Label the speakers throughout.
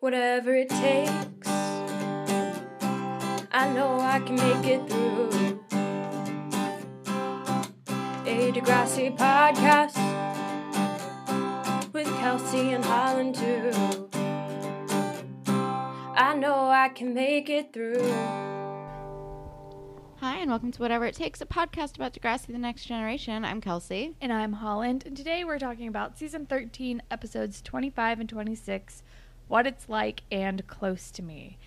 Speaker 1: whatever it takes. I know I can make it through. A Degrassi podcast with Kelsey and Holland too. I know I can make it through.
Speaker 2: Hi, and welcome to Whatever It Takes, a podcast about Degrassi the Next Generation. I'm Kelsey.
Speaker 3: And I'm Holland, and today we're talking about season 13, episodes 25 and 26, What It's Like and Close to Me.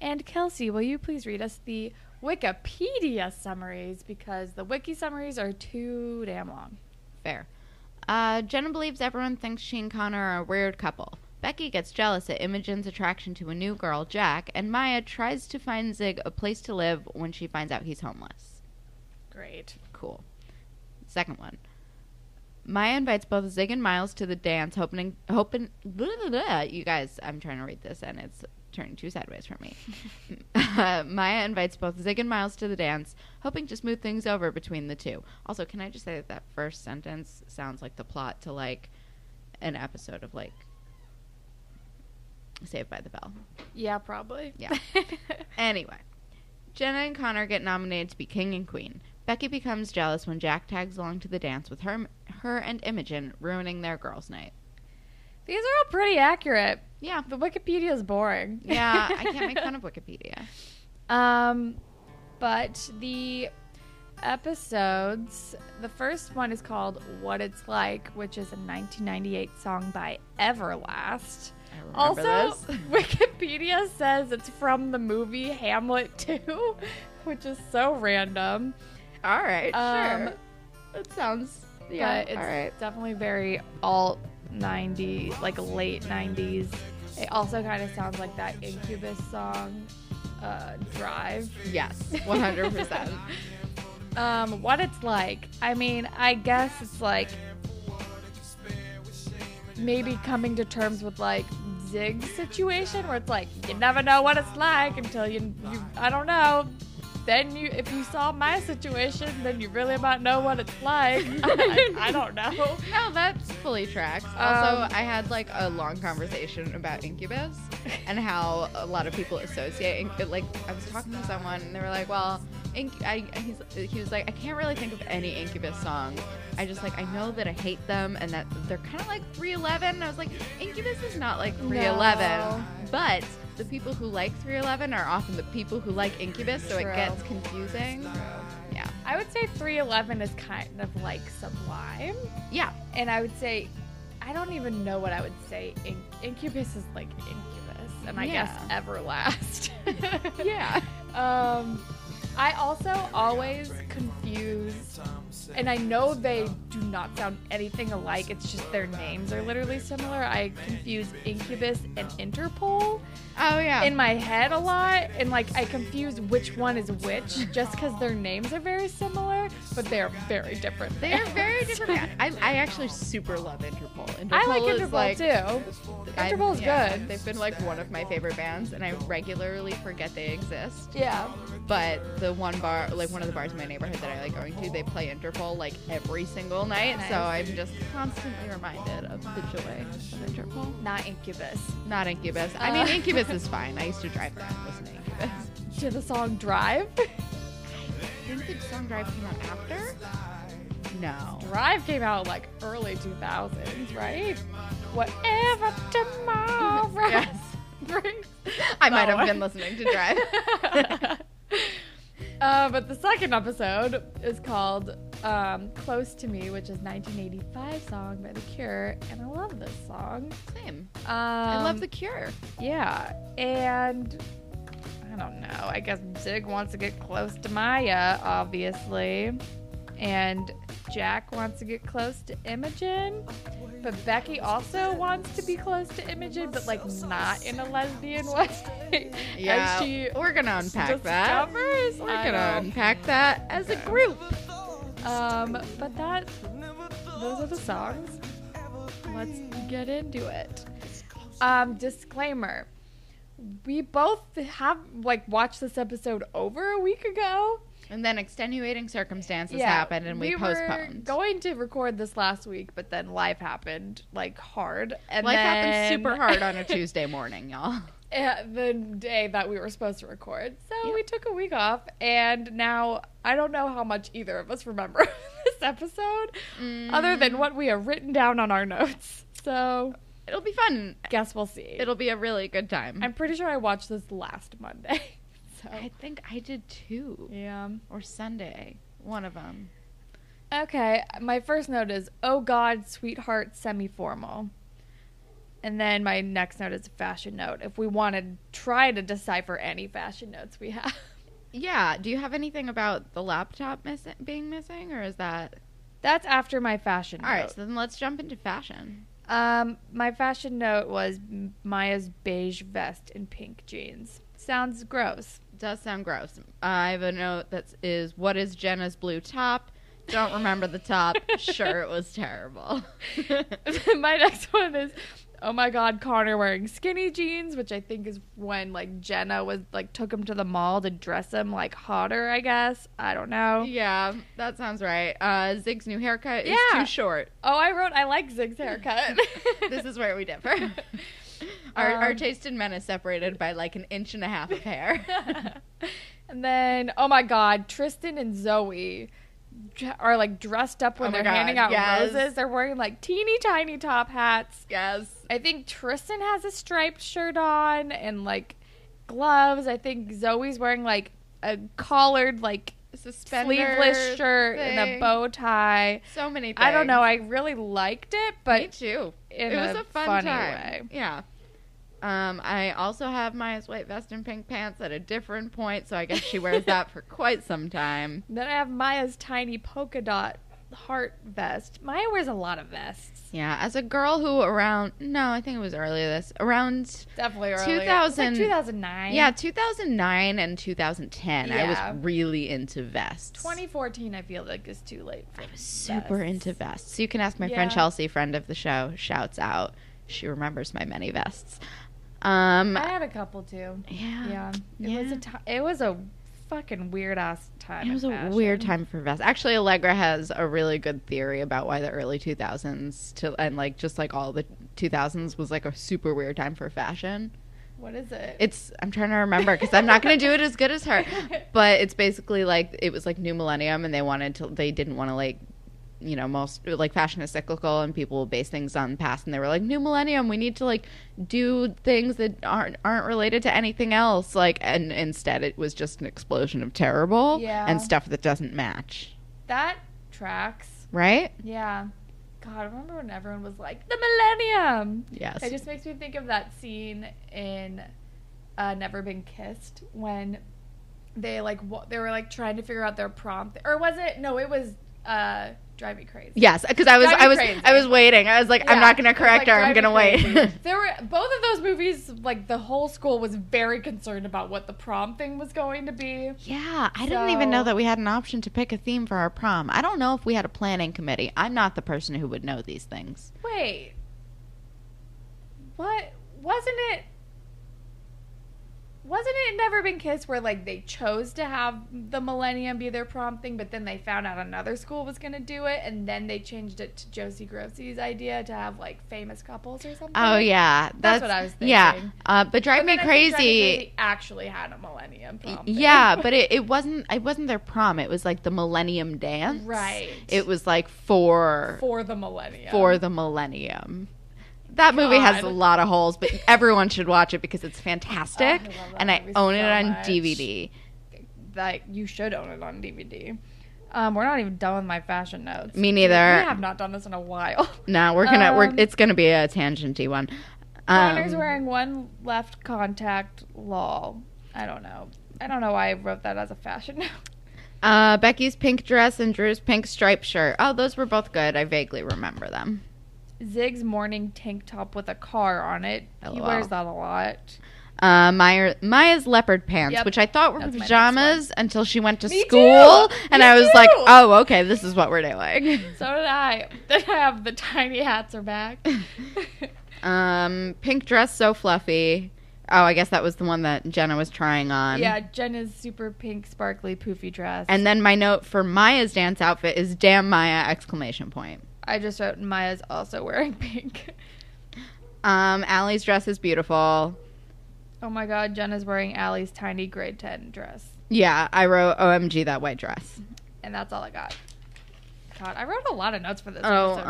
Speaker 3: And Kelsey, will you please read us the Wikipedia summaries because the wiki summaries are too damn long.
Speaker 2: Fair. Uh, Jenna believes everyone thinks she and Connor are a weird couple. Becky gets jealous at Imogen's attraction to a new girl, Jack, and Maya tries to find Zig a place to live when she finds out he's homeless.
Speaker 3: Great.
Speaker 2: Cool. Second one. Maya invites both Zig and Miles to the dance, hoping, hoping, blah, blah, blah. you guys, I'm trying to read this and it's turning too sideways for me. Uh, Maya invites both Zig and Miles to the dance, hoping to smooth things over between the two. Also, can I just say that that first sentence sounds like the plot to like an episode of like Saved by the Bell.
Speaker 3: Yeah, probably.
Speaker 2: Yeah. Anyway, Jenna and Connor get nominated to be king and queen. Becky becomes jealous when Jack tags along to the dance with her, her and Imogen, ruining their girls' night.
Speaker 3: These are all pretty accurate.
Speaker 2: Yeah,
Speaker 3: The Wikipedia is boring.
Speaker 2: yeah, I can't make fun of Wikipedia.
Speaker 3: Um, but the episodes, the first one is called What It's Like, which is a 1998 song by Everlast.
Speaker 2: I remember
Speaker 3: Also,
Speaker 2: this.
Speaker 3: Wikipedia says it's from the movie Hamlet 2, which is so random.
Speaker 2: all right,
Speaker 3: Um,
Speaker 2: sure. That sounds
Speaker 3: Yeah,
Speaker 2: yeah,
Speaker 3: it's
Speaker 2: all right.
Speaker 3: definitely very alt 90s, like late 90s. It also kind of sounds like that Incubus song, uh, Drive.
Speaker 2: Yes, one hundred percent.
Speaker 3: um, what it's like. I mean, I guess it's like maybe coming to terms with like Zig's situation, where it's like you never know what it's like until you, you I don't know. Then you, if you saw my situation, then you really might know what it's like. I, I don't know.
Speaker 2: No, that's fully tracks. Also,
Speaker 3: Um,
Speaker 2: I had like a long conversation about Incubus and how a lot of people associate. Inc- like, I was talking to someone and they were like, "Well, Inc- I, he's, he was like, I can't really think of any Incubus song. I just like I know that I hate them and that they're kind of like 311." And I was like, "Incubus is not like 311,
Speaker 3: No.
Speaker 2: but." The people who like 311 are often the people who like Incubus, so
Speaker 3: True.
Speaker 2: it gets confusing. Yeah.
Speaker 3: I would say 311 is kind of like Sublime.
Speaker 2: Yeah.
Speaker 3: and I would say, I don't even know what I would say. In- incubus is like incubus, and I guess everlast.
Speaker 2: Yeah.
Speaker 3: Um, I also always confuse, and I know they do not sound anything alike. It's just their names are literally similar. I confuse incubus and Interpol
Speaker 2: Oh, yeah.
Speaker 3: in my head a lot, and like I confuse which one is which just because their names are very similar, but they are very different.
Speaker 2: They are very different. bands. I, I actually super love Interpol. Interpol
Speaker 3: I like
Speaker 2: is
Speaker 3: Interpol too.
Speaker 2: I-
Speaker 3: Interpol's
Speaker 2: yeah,
Speaker 3: good.
Speaker 2: They've been like one of my favorite bands, and I regularly forget they exist.
Speaker 3: Yeah.
Speaker 2: But the one bar, like one of the bars in my neighborhood that I like going to, they play Interpol like every single night. So I'm just constantly reminded of the joy of Interpol.
Speaker 3: Not Incubus.
Speaker 2: Not Incubus. I
Speaker 3: Uh.
Speaker 2: mean, Incubus is fine. I used to drive that, listen to Incubus.
Speaker 3: To the song Drive?
Speaker 2: I think the song Drive came out after. No.
Speaker 3: Drive came out like early 2000s, right? Whatever tomorrow
Speaker 2: Yes.
Speaker 3: brings.
Speaker 2: I might
Speaker 3: That
Speaker 2: have been
Speaker 3: one.
Speaker 2: listening to Drive.
Speaker 3: Uh, but the second episode is called um, Close to Me, which is 1985 song by The Cure, and I love this song.
Speaker 2: Same.
Speaker 3: Um,
Speaker 2: I love The Cure.
Speaker 3: Yeah, and I don't know. I guess Zig wants to get close to Maya, obviously, and Jack wants to get close to Imogen, but Becky also wants to be close to Imogen, but like not in a lesbian way.
Speaker 2: Yeah,
Speaker 3: As she
Speaker 2: we're gonna unpack that.
Speaker 3: discovers.
Speaker 2: We're
Speaker 3: I
Speaker 2: gonna
Speaker 3: know.
Speaker 2: unpack
Speaker 3: uh,
Speaker 2: that as a group.
Speaker 3: Um, but that those are the songs. Let's get into it. Um, disclaimer. We both have like watched this episode over a week ago.
Speaker 2: And then extenuating circumstances
Speaker 3: Yeah,
Speaker 2: happened and we,
Speaker 3: were
Speaker 2: postponed.
Speaker 3: going to record this last week, but then life happened like hard. And
Speaker 2: Life
Speaker 3: then-
Speaker 2: happens super hard on a Tuesday morning, y'all.
Speaker 3: uh, the day that we were supposed to record. So
Speaker 2: Yeah.
Speaker 3: we took a week off, and now I don't know how much either of us remember this episode, other
Speaker 2: Mm.
Speaker 3: than what we have written down on our notes. So
Speaker 2: It'll be fun.
Speaker 3: guess we'll see.
Speaker 2: It'll be a really good time.
Speaker 3: I'm pretty sure I watched this last Monday. So
Speaker 2: I think I did too.
Speaker 3: yeah.
Speaker 2: Or Sunday. One of them.
Speaker 3: Okay, my first note is "Oh God, sweetheart, semi-formal," and then my next note is a fashion note. If we want to try to decipher any fashion notes we have.
Speaker 2: Yeah. Do you have anything about the laptop missing being missing, or is that
Speaker 3: That's after my fashion
Speaker 2: all right?
Speaker 3: note.
Speaker 2: So then let's jump into fashion.
Speaker 3: Um, my fashion note was M- Maya's beige vest and pink jeans. Sounds gross.
Speaker 2: Does sound gross. I have a note that is what is Jenna's blue top. Don't remember the top. sure, it was terrible.
Speaker 3: my next one is, oh my god, Connor wearing skinny jeans, which I think is when like Jenna was like took him to the mall to dress him like hotter. I guess I don't know.
Speaker 2: yeah, that sounds right. Uh, Zig's new haircut is
Speaker 3: Yeah.
Speaker 2: too short.
Speaker 3: Oh, I wrote I like Zig's haircut.
Speaker 2: this is where we differ. Our, our
Speaker 3: Um,
Speaker 2: taste in men is separated by like an inch and a half of hair.
Speaker 3: and then oh my god, Tristan and Zoe dr- are like dressed up when
Speaker 2: Oh my
Speaker 3: they're
Speaker 2: God,
Speaker 3: handing out
Speaker 2: yes.
Speaker 3: roses. They're wearing like teeny tiny top hats.
Speaker 2: yes.
Speaker 3: I think Tristan has a striped shirt on and like gloves. I think Zoe's wearing like a collared, like
Speaker 2: Suspender.
Speaker 3: sleeveless shirt and a
Speaker 2: thing.
Speaker 3: bow tie.
Speaker 2: So many things.
Speaker 3: I don't know. I really liked it,
Speaker 2: Me
Speaker 3: but
Speaker 2: too.
Speaker 3: in
Speaker 2: it was
Speaker 3: a
Speaker 2: a, fun
Speaker 3: funny
Speaker 2: time. Yeah. Um, I also have Maya's white vest and pink pants at a different point, so I guess she wears that for quite some time.
Speaker 3: then I have Maya's tiny polka dot heart vest. Maya wears a lot of vests.
Speaker 2: Yeah, as a girl who around no, I think it was earlier this around
Speaker 3: Definitely earlier.
Speaker 2: 2000
Speaker 3: Two thousand nine.
Speaker 2: yeah 2009 and 2010 I
Speaker 3: Yeah.
Speaker 2: was really into vests.
Speaker 3: Twenty fourteen I feel like is too late for
Speaker 2: I was super into vests. You can ask my friend
Speaker 3: Yeah.
Speaker 2: Chelsea, friend of the show. Shouts out, she remembers my many vests. Um,
Speaker 3: I had a couple too.
Speaker 2: yeah,
Speaker 3: Yeah. Ah, It was a
Speaker 2: Yeah.
Speaker 3: ti it was a fucking weird ass time.
Speaker 2: It
Speaker 3: in
Speaker 2: was a
Speaker 3: fashion.
Speaker 2: weird time for vests. Actually, Allegra has a really good theory about why the early 2000s to and like just like all the 2000s was like a super weird time for fashion.
Speaker 3: What is it?
Speaker 2: It's I'm trying to remember because I'm not going to do it as good as her, but it's basically like it was like new millennium and they wanted to they didn't want to like you know most like fashion is cyclical and people will base things on the past and they were like new millennium we need to like do things that aren't aren't related to anything else like and instead it was just an explosion of terrible
Speaker 3: Yeah.
Speaker 2: and stuff that doesn't match
Speaker 3: that tracks.
Speaker 2: right
Speaker 3: Yeah. God, I remember when everyone was like the millennium.
Speaker 2: yes
Speaker 3: It just makes me think of that scene in uh, Never Been Kissed when they like wa- they were like trying to figure out their prompt or was it no it was uh Drive Me Crazy.
Speaker 2: yes because i was
Speaker 3: Drive me
Speaker 2: i was
Speaker 3: crazy.
Speaker 2: i was waiting i was like i'm
Speaker 3: Yeah.
Speaker 2: not gonna
Speaker 3: It was,
Speaker 2: correct
Speaker 3: like,
Speaker 2: her i'm
Speaker 3: Drive
Speaker 2: gonna
Speaker 3: Me
Speaker 2: wait
Speaker 3: Crazy. there were both of those movies. Like the whole school was very concerned about what the prom thing was going to be.
Speaker 2: Yeah, I didn't even know
Speaker 3: So-
Speaker 2: that we had an option to pick a theme for our prom. I don't know if we had a planning committee. I'm not the person who would know these things.
Speaker 3: Wait, what wasn't it? Wasn't it Never Been Kissed where like they chose to have the Millennium be their prom thing, but then they found out another school was going to do it, and then they changed it to Josie Grossi's idea to have like famous couples or something.
Speaker 2: Oh yeah,
Speaker 3: That's what I was
Speaker 2: Yeah,
Speaker 3: thinking.
Speaker 2: uh, but drive
Speaker 3: But
Speaker 2: me
Speaker 3: then I think
Speaker 2: crazy.
Speaker 3: Drive Me Crazy actually had a Millennium prom. thing.
Speaker 2: Yeah, but it, it wasn't it wasn't their prom. It was like the Millennium Dance.
Speaker 3: Right.
Speaker 2: It was like for for,
Speaker 3: for the millennium.
Speaker 2: the Millennium. That movie has a
Speaker 3: God.
Speaker 2: lot of holes, but everyone should watch it because it's fantastic,
Speaker 3: Oh, I love that
Speaker 2: and I
Speaker 3: movie
Speaker 2: own it
Speaker 3: so
Speaker 2: on
Speaker 3: much.
Speaker 2: DVD.
Speaker 3: like you should own it on DVD. Um, we're not even done with my fashion notes.
Speaker 2: Me neither.
Speaker 3: We have not done this in a while.
Speaker 2: No, we're gonna we're
Speaker 3: Um,
Speaker 2: it's gonna be a tangenty one.
Speaker 3: Connor's
Speaker 2: Um,
Speaker 3: wearing one left contact. Lol. I don't know. I don't know why I wrote that as a fashion note.
Speaker 2: Uh, Becky's pink dress and Drew's pink striped shirt. Oh, those were both good. I vaguely remember them.
Speaker 3: Zig's morning tank top with a car on it. He
Speaker 2: LOL.
Speaker 3: wears that a lot.
Speaker 2: Uh, Maya, Maya's leopard pants,
Speaker 3: Yep.
Speaker 2: which I thought were
Speaker 3: That's my next
Speaker 2: pajamas until she went to
Speaker 3: Me too.
Speaker 2: school, and
Speaker 3: Me
Speaker 2: I was like,
Speaker 3: too.
Speaker 2: "Oh, okay, this is what we're doing."
Speaker 3: So did I. Then I have the tiny hats are back.
Speaker 2: um, pink dress so fluffy, Oh, I guess that was the one that Jenna was trying on.
Speaker 3: Yeah, Jenna's super pink, sparkly, poofy dress.
Speaker 2: Um, And then my note for Maya's dance outfit is "Damn Maya!" exclamation point.
Speaker 3: I just wrote Maya's also wearing pink.
Speaker 2: Um, Allie's dress is beautiful.
Speaker 3: Oh my god, Jenna's wearing Allie's tiny grade 10 dress.
Speaker 2: Yeah, I wrote "OMG that white dress."
Speaker 3: And that's all I got. God, I wrote a lot of notes for this.
Speaker 2: Oh,
Speaker 3: episode, too.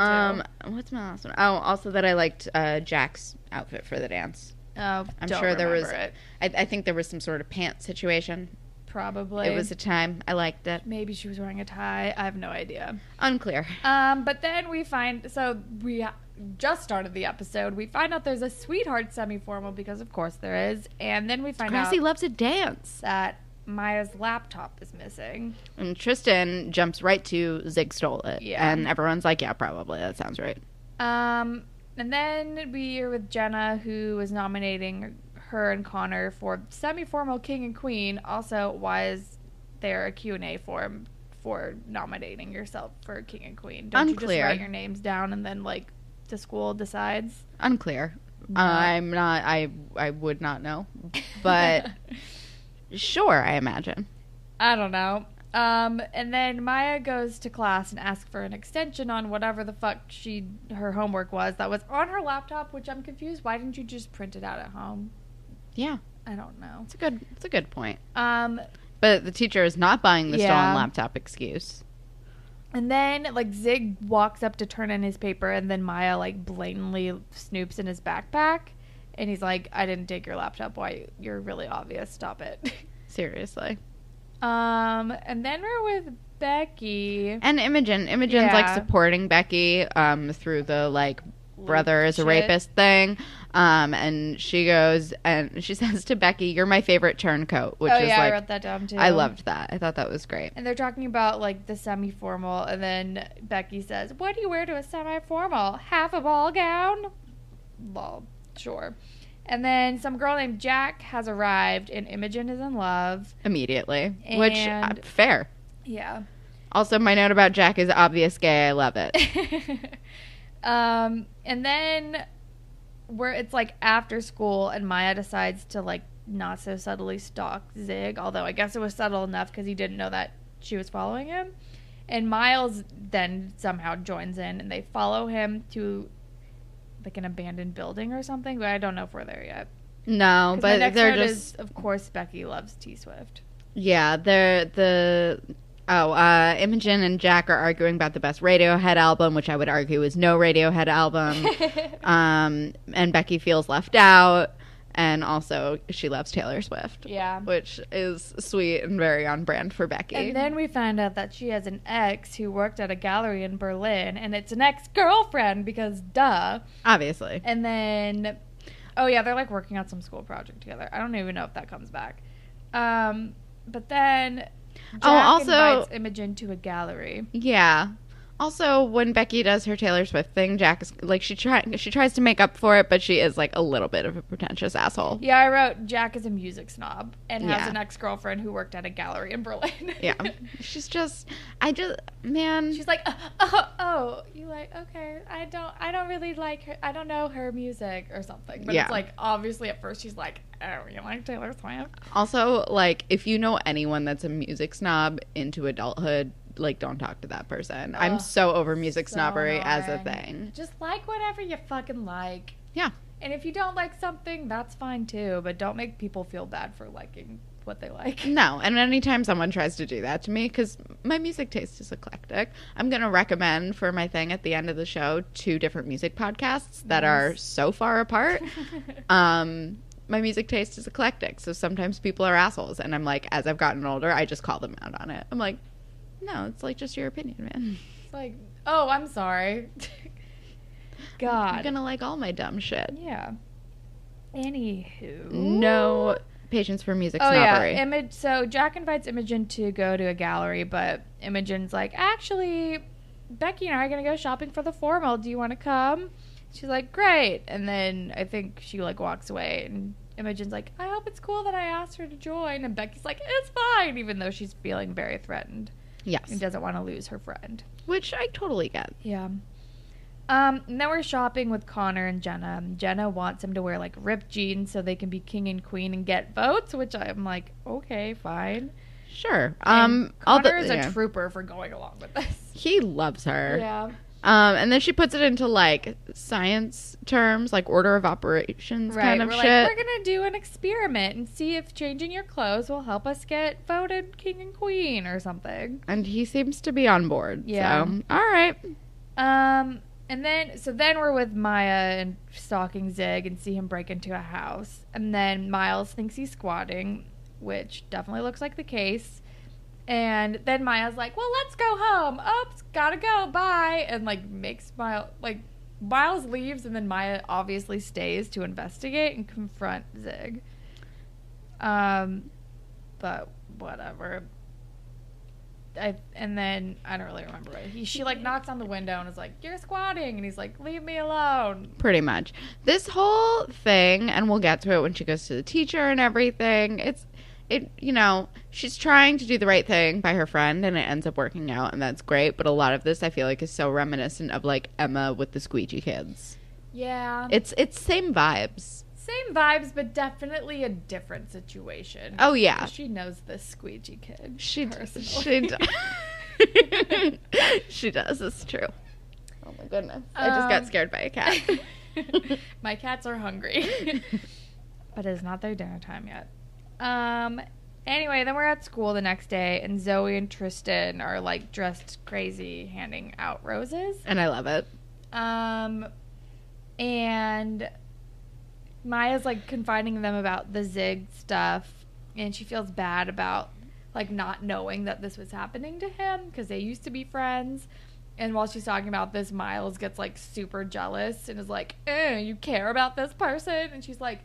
Speaker 2: um, what's my last one? Oh, also that I liked uh, Jack's outfit for the dance.
Speaker 3: Oh,
Speaker 2: I'm
Speaker 3: don't
Speaker 2: sure there was-
Speaker 3: remember it.
Speaker 2: I, I think there was some sort of pant situation.
Speaker 3: probably
Speaker 2: It was a time I liked it.
Speaker 3: maybe she was wearing a tie. I have no idea.
Speaker 2: Unclear.
Speaker 3: Um, but then we find so we ha- just started the episode. We find out there's a sweetheart semi-formal because of course there is, and then we find
Speaker 2: Grassy
Speaker 3: out
Speaker 2: loves a dance,
Speaker 3: that Maya's laptop is missing.
Speaker 2: and Tristan jumps right to Zig stole it.
Speaker 3: Yeah.
Speaker 2: and everyone's like, "Yeah, probably. That sounds right."
Speaker 3: Um, and then we are with Jenna, who is nominating her and Connor for semi-formal king and queen. Also, why is there a Q&A form for nominating yourself for king and queen? Don't you
Speaker 2: Unclear.
Speaker 3: just write your names down and then like the school decides?
Speaker 2: Unclear.
Speaker 3: Not-
Speaker 2: I'm not. I I would not know, but sure, I imagine.
Speaker 3: I don't know. Um, and then Maya goes to class and asks for an extension on whatever the fuck she her homework was that was on her laptop, which I'm confused. Why didn't you just print it out at home?
Speaker 2: Yeah,
Speaker 3: I don't know.
Speaker 2: it's a good. It's a good point.
Speaker 3: Um,
Speaker 2: But the teacher is not buying the
Speaker 3: Yeah.
Speaker 2: stolen laptop excuse.
Speaker 3: and then like Zig walks up to turn in his paper, and then Maya like blatantly snoops in his backpack, and he's like, "I didn't take your laptop. Why? You're really obvious. Stop it."
Speaker 2: Seriously.
Speaker 3: um, and then we're with Becky.
Speaker 2: And Imogen. Imogen's like
Speaker 3: Yeah.
Speaker 2: supporting Becky um, through the like brother is a
Speaker 3: Shit.
Speaker 2: rapist thing. Um, and she goes and she says to Becky, You're my favorite turncoat, which
Speaker 3: oh
Speaker 2: is
Speaker 3: yeah, I
Speaker 2: like
Speaker 3: wrote that down too.
Speaker 2: I, loved that. I thought that was great.
Speaker 3: And they're talking about like the semi formal, and then Becky says, What do you wear to a semi formal? Half a ball gown? Well, sure. And then some girl named Jack has arrived, and Imogen is in love.
Speaker 2: Immediately. Which uh,
Speaker 3: And-
Speaker 2: fair.
Speaker 3: Yeah.
Speaker 2: Also my note about Jack is obvious gay, I love it.
Speaker 3: um, and then where it's like after school, and Maya decides to like not so subtly stalk Zig, although I guess it was subtle enough because he didn't know that she was following him. And Miles then somehow joins in, and they follow him to like an abandoned building or something. But I don't know if we're there yet.
Speaker 2: No,
Speaker 3: 'Cause my
Speaker 2: but
Speaker 3: next
Speaker 2: they're
Speaker 3: note
Speaker 2: just
Speaker 3: is, of course, Becky loves T Swift.
Speaker 2: Yeah, they're the oh, uh, Imogen and Jack are arguing about the best Radiohead album, which I would argue is no Radiohead album. um, and Becky feels left out, and also she loves Taylor Swift,
Speaker 3: yeah.
Speaker 2: which is sweet and very on brand for Becky.
Speaker 3: And then we find out that she has an ex who worked at a gallery in Berlin, and it's an ex girlfriend because duh.
Speaker 2: Obviously,
Speaker 3: And then, oh yeah, they're like working on some school project together. I don't even know if that comes back. Um, but then, Jack
Speaker 2: Oh, also-
Speaker 3: invites Imogen to a gallery.
Speaker 2: yeah. Also, when Becky does her Taylor Swift thing, Jack is like she try she tries to make up for it, but she is like a little bit of a pretentious asshole.
Speaker 3: Yeah, I wrote Jack is a music snob and has
Speaker 2: Yeah.
Speaker 3: an ex girlfriend who worked at a gallery in Berlin.
Speaker 2: Yeah, she's just I just man.
Speaker 3: She's like, "Uh, oh, oh, you like okay. I don't, I don't really like her. I don't know her music or something. But
Speaker 2: Yeah.
Speaker 3: it's like obviously at first she's like, oh, you like Taylor Swift?
Speaker 2: Also, like, if you know anyone that's a music snob into adulthood, like, don't talk to that person. I'm
Speaker 3: Ugh,
Speaker 2: so over music
Speaker 3: so
Speaker 2: snobbery as a
Speaker 3: annoying.
Speaker 2: thing.
Speaker 3: Just like whatever you fucking like.
Speaker 2: Yeah.
Speaker 3: And if you don't like something, that's fine too. But don't make people feel bad for liking what they like.
Speaker 2: No, and anytime someone tries to do that to me, because my music taste is eclectic, I'm going to recommend for my thing at the end of the show two different music podcasts that are
Speaker 3: Nice.
Speaker 2: so far apart. um, my music taste is eclectic, so sometimes people are assholes. And I'm like, as I've gotten older, I just call them out on it. I'm like, no, it's like just your opinion, man.
Speaker 3: it's like, oh, I'm sorry.
Speaker 2: I'm
Speaker 3: God.
Speaker 2: going to like all my dumb shit.
Speaker 3: yeah. Anywho.
Speaker 2: no patience for music
Speaker 3: Oh
Speaker 2: snobbery.
Speaker 3: yeah, Image. So Jack invites Imogen to go to a gallery, but Imogen's like, actually, Becky and I are gonna go shopping for the formal. Do you want to come? She's like, great. And then I think she like walks away, and Imogen's like, I hope it's cool that I asked her to join. And Becky's like, it's fine, even though she's feeling very threatened
Speaker 2: yes,
Speaker 3: and doesn't want to lose her friend.
Speaker 2: which I totally get.
Speaker 3: Yeah. Um, and then we're shopping with Connor and Jenna. and Jenna wants him to wear like ripped jeans so they can be king and queen and get votes, which I'm like, okay, fine.
Speaker 2: Sure.
Speaker 3: And
Speaker 2: Um, all the-
Speaker 3: Connor is a
Speaker 2: yeah.
Speaker 3: trooper for going along with this.
Speaker 2: he loves her.
Speaker 3: Yeah.
Speaker 2: Um, and then she puts it into like science terms, like order of operations
Speaker 3: Right.
Speaker 2: kind of
Speaker 3: we're
Speaker 2: shit.
Speaker 3: like, we're gonna do an experiment and see if changing your clothes will help us get voted king and queen or something.
Speaker 2: and he seems to be on board.
Speaker 3: Yeah.
Speaker 2: So, all right.
Speaker 3: Um, and then so then we're with Maya and stalking Zig and see him break into a house, and then Miles thinks he's squatting, which definitely looks like the case. And then Maya's like, "Well, let's go home. Oops, gotta go. Bye." And like makes Miles like Miles leaves, and then Maya obviously stays to investigate and confront Zig. Um, but whatever. I, and then I don't really remember what he. She like knocks on the window and is like, "You're squatting," and he's like, "Leave me alone."
Speaker 2: Pretty much. This whole thing, and we'll get to it when she goes to the teacher and everything. It's, it, you know, she's trying to do the right thing by her friend and it ends up working out, and that's great. But a lot of this I feel like is so reminiscent of like Emma with the squeegee kids.
Speaker 3: Yeah,
Speaker 2: It's, it's same vibes.
Speaker 3: same vibes, but definitely a different situation.
Speaker 2: Oh, yeah.
Speaker 3: she knows this squeegee kid.
Speaker 2: She, d- she,
Speaker 3: personally.
Speaker 2: d- she does. It's true. Oh my goodness. I just
Speaker 3: Um,
Speaker 2: got scared by a cat.
Speaker 3: My cats are hungry, but it's not their dinner time yet. Um. Anyway, then we're at school the next day, and Zoe and Tristan are like dressed crazy, handing out roses.
Speaker 2: and I love it.
Speaker 3: Um, and Maya's like confiding them about the Zig stuff, and she feels bad about like not knowing that this was happening to him because they used to be friends. And while she's talking about this, Miles gets like super jealous and is like, eh, "You care about this person?" And she's like,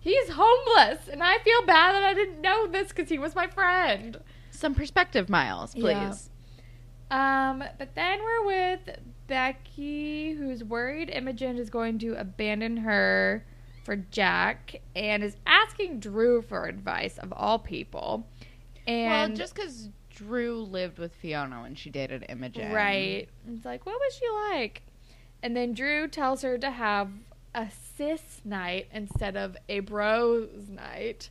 Speaker 3: "He's homeless, and I feel bad that I didn't know this because he was my friend."
Speaker 2: Some perspective, Miles, please.
Speaker 3: Yeah. Um, but then we're with Becky, who's worried Imogen is going to abandon her for Jack and is asking Drew for advice of all people. And
Speaker 2: well, just because Drew lived with Fiona when she dated Imogen,
Speaker 3: right. It's like, what was she like? And then Drew tells her to have a sis night instead of a bros night.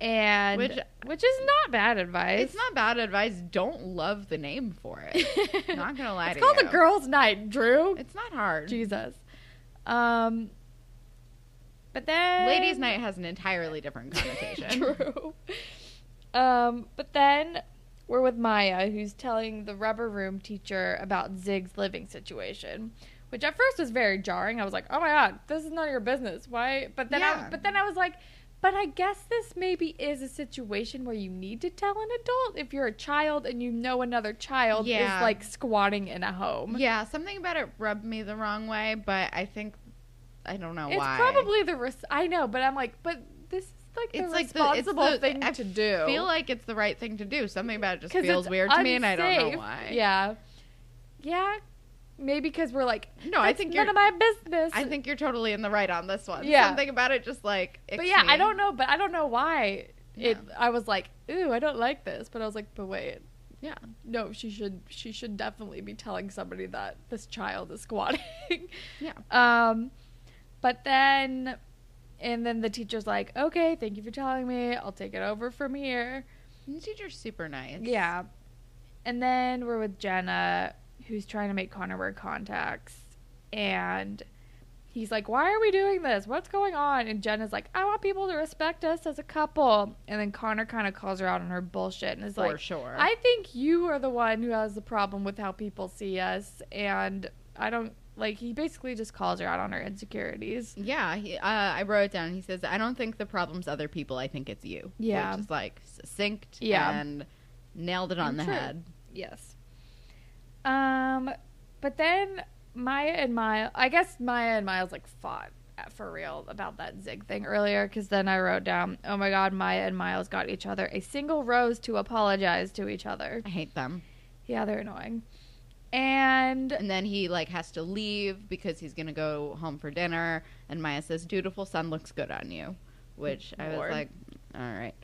Speaker 3: And which,
Speaker 2: Which-
Speaker 3: which is not bad advice.
Speaker 2: It's not bad advice. Don't love the name for it. not gonna lie
Speaker 3: It's
Speaker 2: to
Speaker 3: called
Speaker 2: you.
Speaker 3: a girls' night, Drew.
Speaker 2: It's not hard.
Speaker 3: Jesus. Um, but then
Speaker 2: Ladies' night has an entirely different connotation.
Speaker 3: True. Um, but then we're with Maya, who's telling the rubber room teacher about Zig's living situation, which at first was very jarring. I was like, "Oh my god, this is none of your business." Why? But then, I,
Speaker 2: Yeah.
Speaker 3: but then I was like. But I guess this maybe is a situation where you need to tell an adult if you're a child and you know another child
Speaker 2: Yeah.
Speaker 3: is like squatting in a home.
Speaker 2: yeah, something about it rubbed me the wrong way, but I think I don't know
Speaker 3: It's
Speaker 2: why.
Speaker 3: probably the res- I know, but I'm like, but this is like the
Speaker 2: It's like the- it's
Speaker 3: responsible
Speaker 2: the-
Speaker 3: thing
Speaker 2: I
Speaker 3: to do.
Speaker 2: feel like it's the right thing to do. Something about it just
Speaker 3: 'Cause
Speaker 2: feels
Speaker 3: it's
Speaker 2: weird to me, and I don't know
Speaker 3: unsafe.
Speaker 2: why.
Speaker 3: Yeah, yeah, maybe because we're like,
Speaker 2: No, I
Speaker 3: "That's
Speaker 2: think
Speaker 3: none
Speaker 2: you're.
Speaker 3: of my business.
Speaker 2: I think you're totally in the right on this one.
Speaker 3: Yeah.
Speaker 2: Something about it just like.
Speaker 3: but
Speaker 2: icks
Speaker 3: yeah, I
Speaker 2: me.
Speaker 3: don't know, but I don't know why it.
Speaker 2: Yeah.
Speaker 3: I was like, ooh, I don't like this, but I was like, but wait,
Speaker 2: Yeah.
Speaker 3: no, she should, she should definitely be telling somebody that this child is squatting.
Speaker 2: Yeah.
Speaker 3: Um, but then, and then the teacher's like, okay, thank you for telling me. I'll take it over from here.
Speaker 2: The teacher's super nice.
Speaker 3: Yeah. And then we're with Jenna, who's trying to make Connor wear contacts. And he's like, Why are we doing this? What's going on? And Jenna's like, I want people to respect us as a couple. And then Connor kind of calls her out on her bullshit and is
Speaker 2: For
Speaker 3: like,
Speaker 2: sure.
Speaker 3: I think you are the one who has the problem with how people see us. And I don't like, he basically just calls her out on her insecurities.
Speaker 2: yeah, he, uh, I wrote it down. He says, "I don't think the problem's other people. I think it's you."
Speaker 3: Yeah.
Speaker 2: which is like succinct.
Speaker 3: Yeah.
Speaker 2: and nailed it on
Speaker 3: And
Speaker 2: the
Speaker 3: true.
Speaker 2: head.
Speaker 3: Yes. Um, but then Maya and Miles, I guess Maya and Miles like fought at- for real about that Zig thing earlier because then I wrote down, oh my god, Maya and Miles got each other a single rose to apologize to each other.
Speaker 2: I hate them.
Speaker 3: Yeah, they're annoying. And
Speaker 2: And then he like has to leave because he's gonna go home for dinner. And Maya says, "Dutiful son looks good on you," which I
Speaker 3: Lord.
Speaker 2: was like, "All right."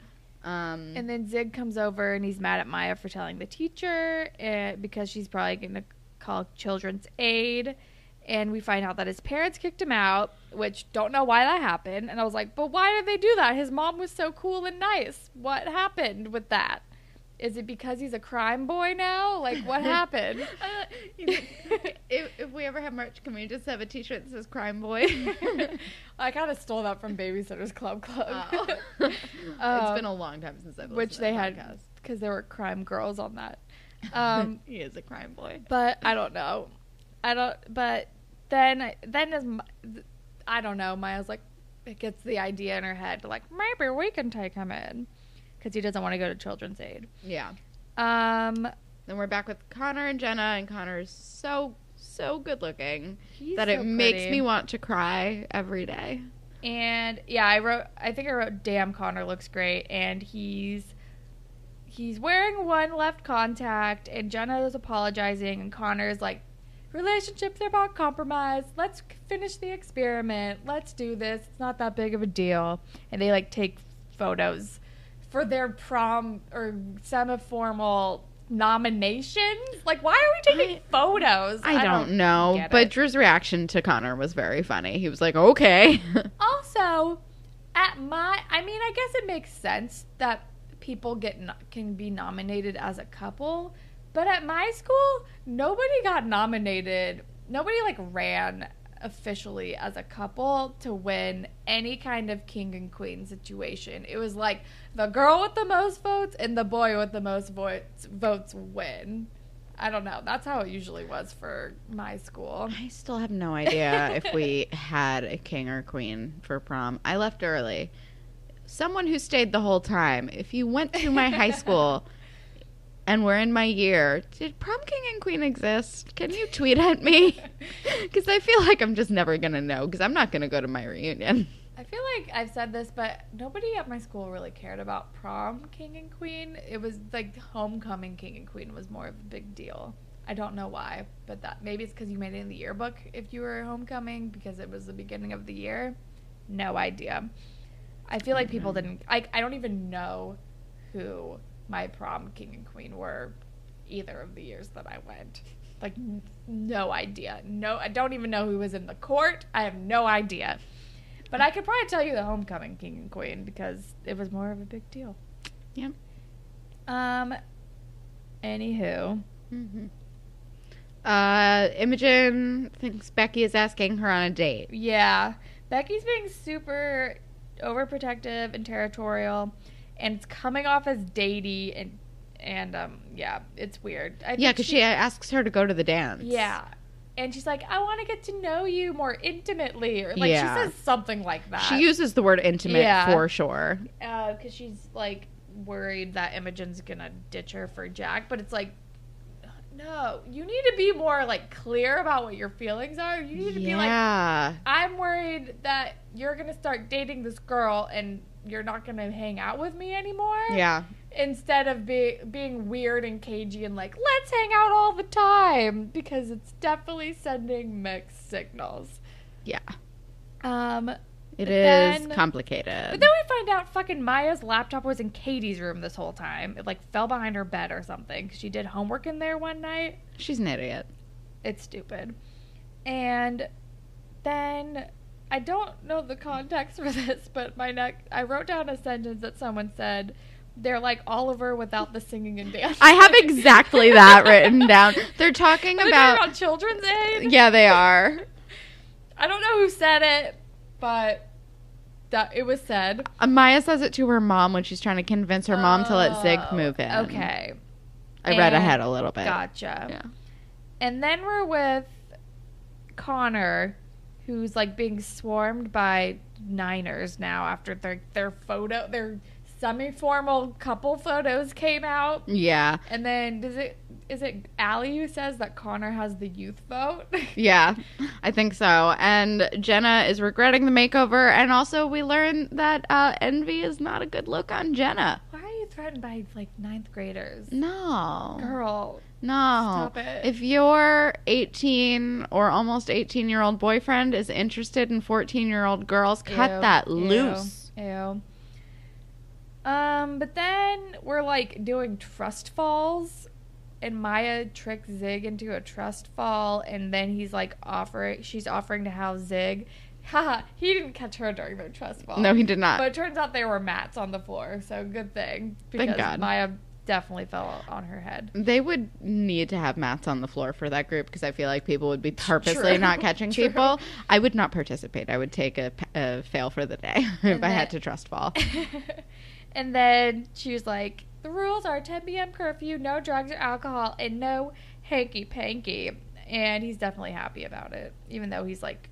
Speaker 2: Um,
Speaker 3: and then Zig comes over and he's mad at Maya for telling the teacher eh, because she's probably going to call children's aid. and we find out that his parents kicked him out, which don't know why that happened. And I was like, but why did they do that? His mom was so cool and nice. What happened with that? Is it because he's a crime boy now? Like, what happened?
Speaker 2: Uh, you know, if, if we ever have merch, can we just have a T-shirt that says "Crime Boy"?
Speaker 3: I kind of stole that from Babysitter's Club Club.
Speaker 2: Oh. it's
Speaker 3: Um,
Speaker 2: been a long time since I've listened
Speaker 3: Uh, which
Speaker 2: to
Speaker 3: they
Speaker 2: that
Speaker 3: had because there were crime girls on that. Um,
Speaker 2: podcast. he is a crime boy.
Speaker 3: but I don't know. I don't. But then, then as Mi- th- I don't know, Maya's like, it gets the idea in her head, like maybe we can take him in because he doesn't want to go to Children's Aid.
Speaker 2: Yeah.
Speaker 3: Um,
Speaker 2: Then we're back with Connor and Jenna, and Connor is so so good looking
Speaker 3: he's
Speaker 2: that
Speaker 3: so
Speaker 2: it makes
Speaker 3: pretty.
Speaker 2: me want to cry every day.
Speaker 3: And yeah, I wrote. I think I wrote. Damn, Connor looks great, and he's he's wearing one left contact, and Jenna is apologizing, and Connor's like, relationships are about compromise. Let's c- finish the experiment. Let's do this. It's not that big of a deal. And they like take photos for their prom or semi-formal nominations. Like, why are we taking photos?
Speaker 2: I, don't, know,
Speaker 3: get
Speaker 2: but
Speaker 3: it.
Speaker 2: Drew's reaction to Connor was very funny. He was like, "Okay."
Speaker 3: Also, at my, I mean, I guess it makes sense that people get no- can be nominated as a couple, but at my school, nobody got nominated. Nobody like ran officially as a couple to win any kind of king and queen situation. It was like the girl with the most votes and the boy with the most votes votes win. I don't know. That's how it usually was for my school.
Speaker 2: I still have no idea if we had a king or queen for prom. I left early. Someone who stayed the whole time. If you went to my high school and were in my year, did prom king and queen exist? Can you tweet at me? Because I feel like I'm just never going to know because I'm not going to go to my reunion.
Speaker 3: I feel like I've said this, but nobody at my school really cared about prom king and queen. It was like homecoming king and queen was more of a big deal. I don't know why, but that maybe it's because you made it in the yearbook if you were homecoming because it was the beginning of the year. No idea. I feel like people didn't. I I don't even know who my prom king and queen were either of the years that I went. Like n- no idea. No, I don't even know who was in the court. I have no idea. But I could probably tell you the homecoming king and queen because it was more of a big deal.
Speaker 2: Yep.
Speaker 3: Um. Anywho,
Speaker 2: Mm-hmm. Uh, Imogen thinks Becky is asking her on a date.
Speaker 3: yeah, Becky's being super overprotective and territorial, and it's coming off as datey and and um yeah, it's weird. I
Speaker 2: Yeah,
Speaker 3: think
Speaker 2: because she asks her to go to the dance.
Speaker 3: yeah. And she's like, I want to get to know you more intimately, or like
Speaker 2: Yeah.
Speaker 3: she says something like that.
Speaker 2: She uses the word intimate
Speaker 3: Yeah.
Speaker 2: for sure.
Speaker 3: because Uh, she's like worried that Imogen's gonna ditch her for Jack, but it's like, no, you need to be more like clear about what your feelings are. You need to be like,
Speaker 2: yeah.
Speaker 3: I'm worried that you're gonna start dating this girl and you're not gonna hang out with me anymore.
Speaker 2: yeah.
Speaker 3: Instead of be- being weird and cagey and like, let's hang out all the time because it's definitely sending mixed signals.
Speaker 2: Yeah.
Speaker 3: Um,
Speaker 2: It
Speaker 3: But
Speaker 2: is
Speaker 3: then- But
Speaker 2: complicated.
Speaker 3: then we find out fucking Maya's laptop was in Katie's room this whole time. It like fell behind her bed or something. She did homework in there one night.
Speaker 2: She's an idiot.
Speaker 3: It's stupid. And then I don't know the context for this, but my next I wrote down a sentence that someone said. They're like Oliver without the singing and dancing.
Speaker 2: I have exactly that written down. They're talking
Speaker 3: Are they talking
Speaker 2: about.
Speaker 3: about children's aid.
Speaker 2: Yeah, they are.
Speaker 3: I don't know who said it, but that it was said.
Speaker 2: Uh, Maya says it to her mom when she's trying to convince her mom to let Zig
Speaker 3: Oh,
Speaker 2: move in.
Speaker 3: Okay.
Speaker 2: I read
Speaker 3: And-
Speaker 2: ahead a little bit.
Speaker 3: Gotcha.
Speaker 2: Yeah.
Speaker 3: And then we're with Connor, who's like being swarmed by Niners now after their their photo their semi formal couple photos came out.
Speaker 2: Yeah.
Speaker 3: And then does it is it Allie who says that Connor has the youth vote?
Speaker 2: Yeah. I think so. And Jenna is regretting the makeover. And also, we learn that uh, envy is not a good look on Jenna.
Speaker 3: Why are you threatened by like ninth graders?
Speaker 2: No.
Speaker 3: Girl.
Speaker 2: No.
Speaker 3: Stop it.
Speaker 2: If your 18 or almost 18 year old boyfriend is interested in 14 year old girls, cut
Speaker 3: Ew,
Speaker 2: that
Speaker 3: ew,
Speaker 2: loose.
Speaker 3: Ew. Um, but then we're like doing trust falls and Maya tricks Zig into a trust fall, and then he's like offering. She's offering to house Zig. Haha, he didn't catch her during their trust fall.
Speaker 2: No, he did not.
Speaker 3: But it turns out there were mats on the floor, so good thing because
Speaker 2: God.
Speaker 3: Maya definitely fell on her head.
Speaker 2: They would need to have mats on the floor for that group because I feel like people would be purposely
Speaker 3: True.
Speaker 2: not catching
Speaker 3: True.
Speaker 2: people. I would not participate. I would take a, p- a fail for the day if I had
Speaker 3: that-
Speaker 2: to trust fall.
Speaker 3: and then she was like, "The rules are 10 p.m. curfew, no drugs or alcohol, and no hanky panky." And he's definitely happy about it, even though he's like,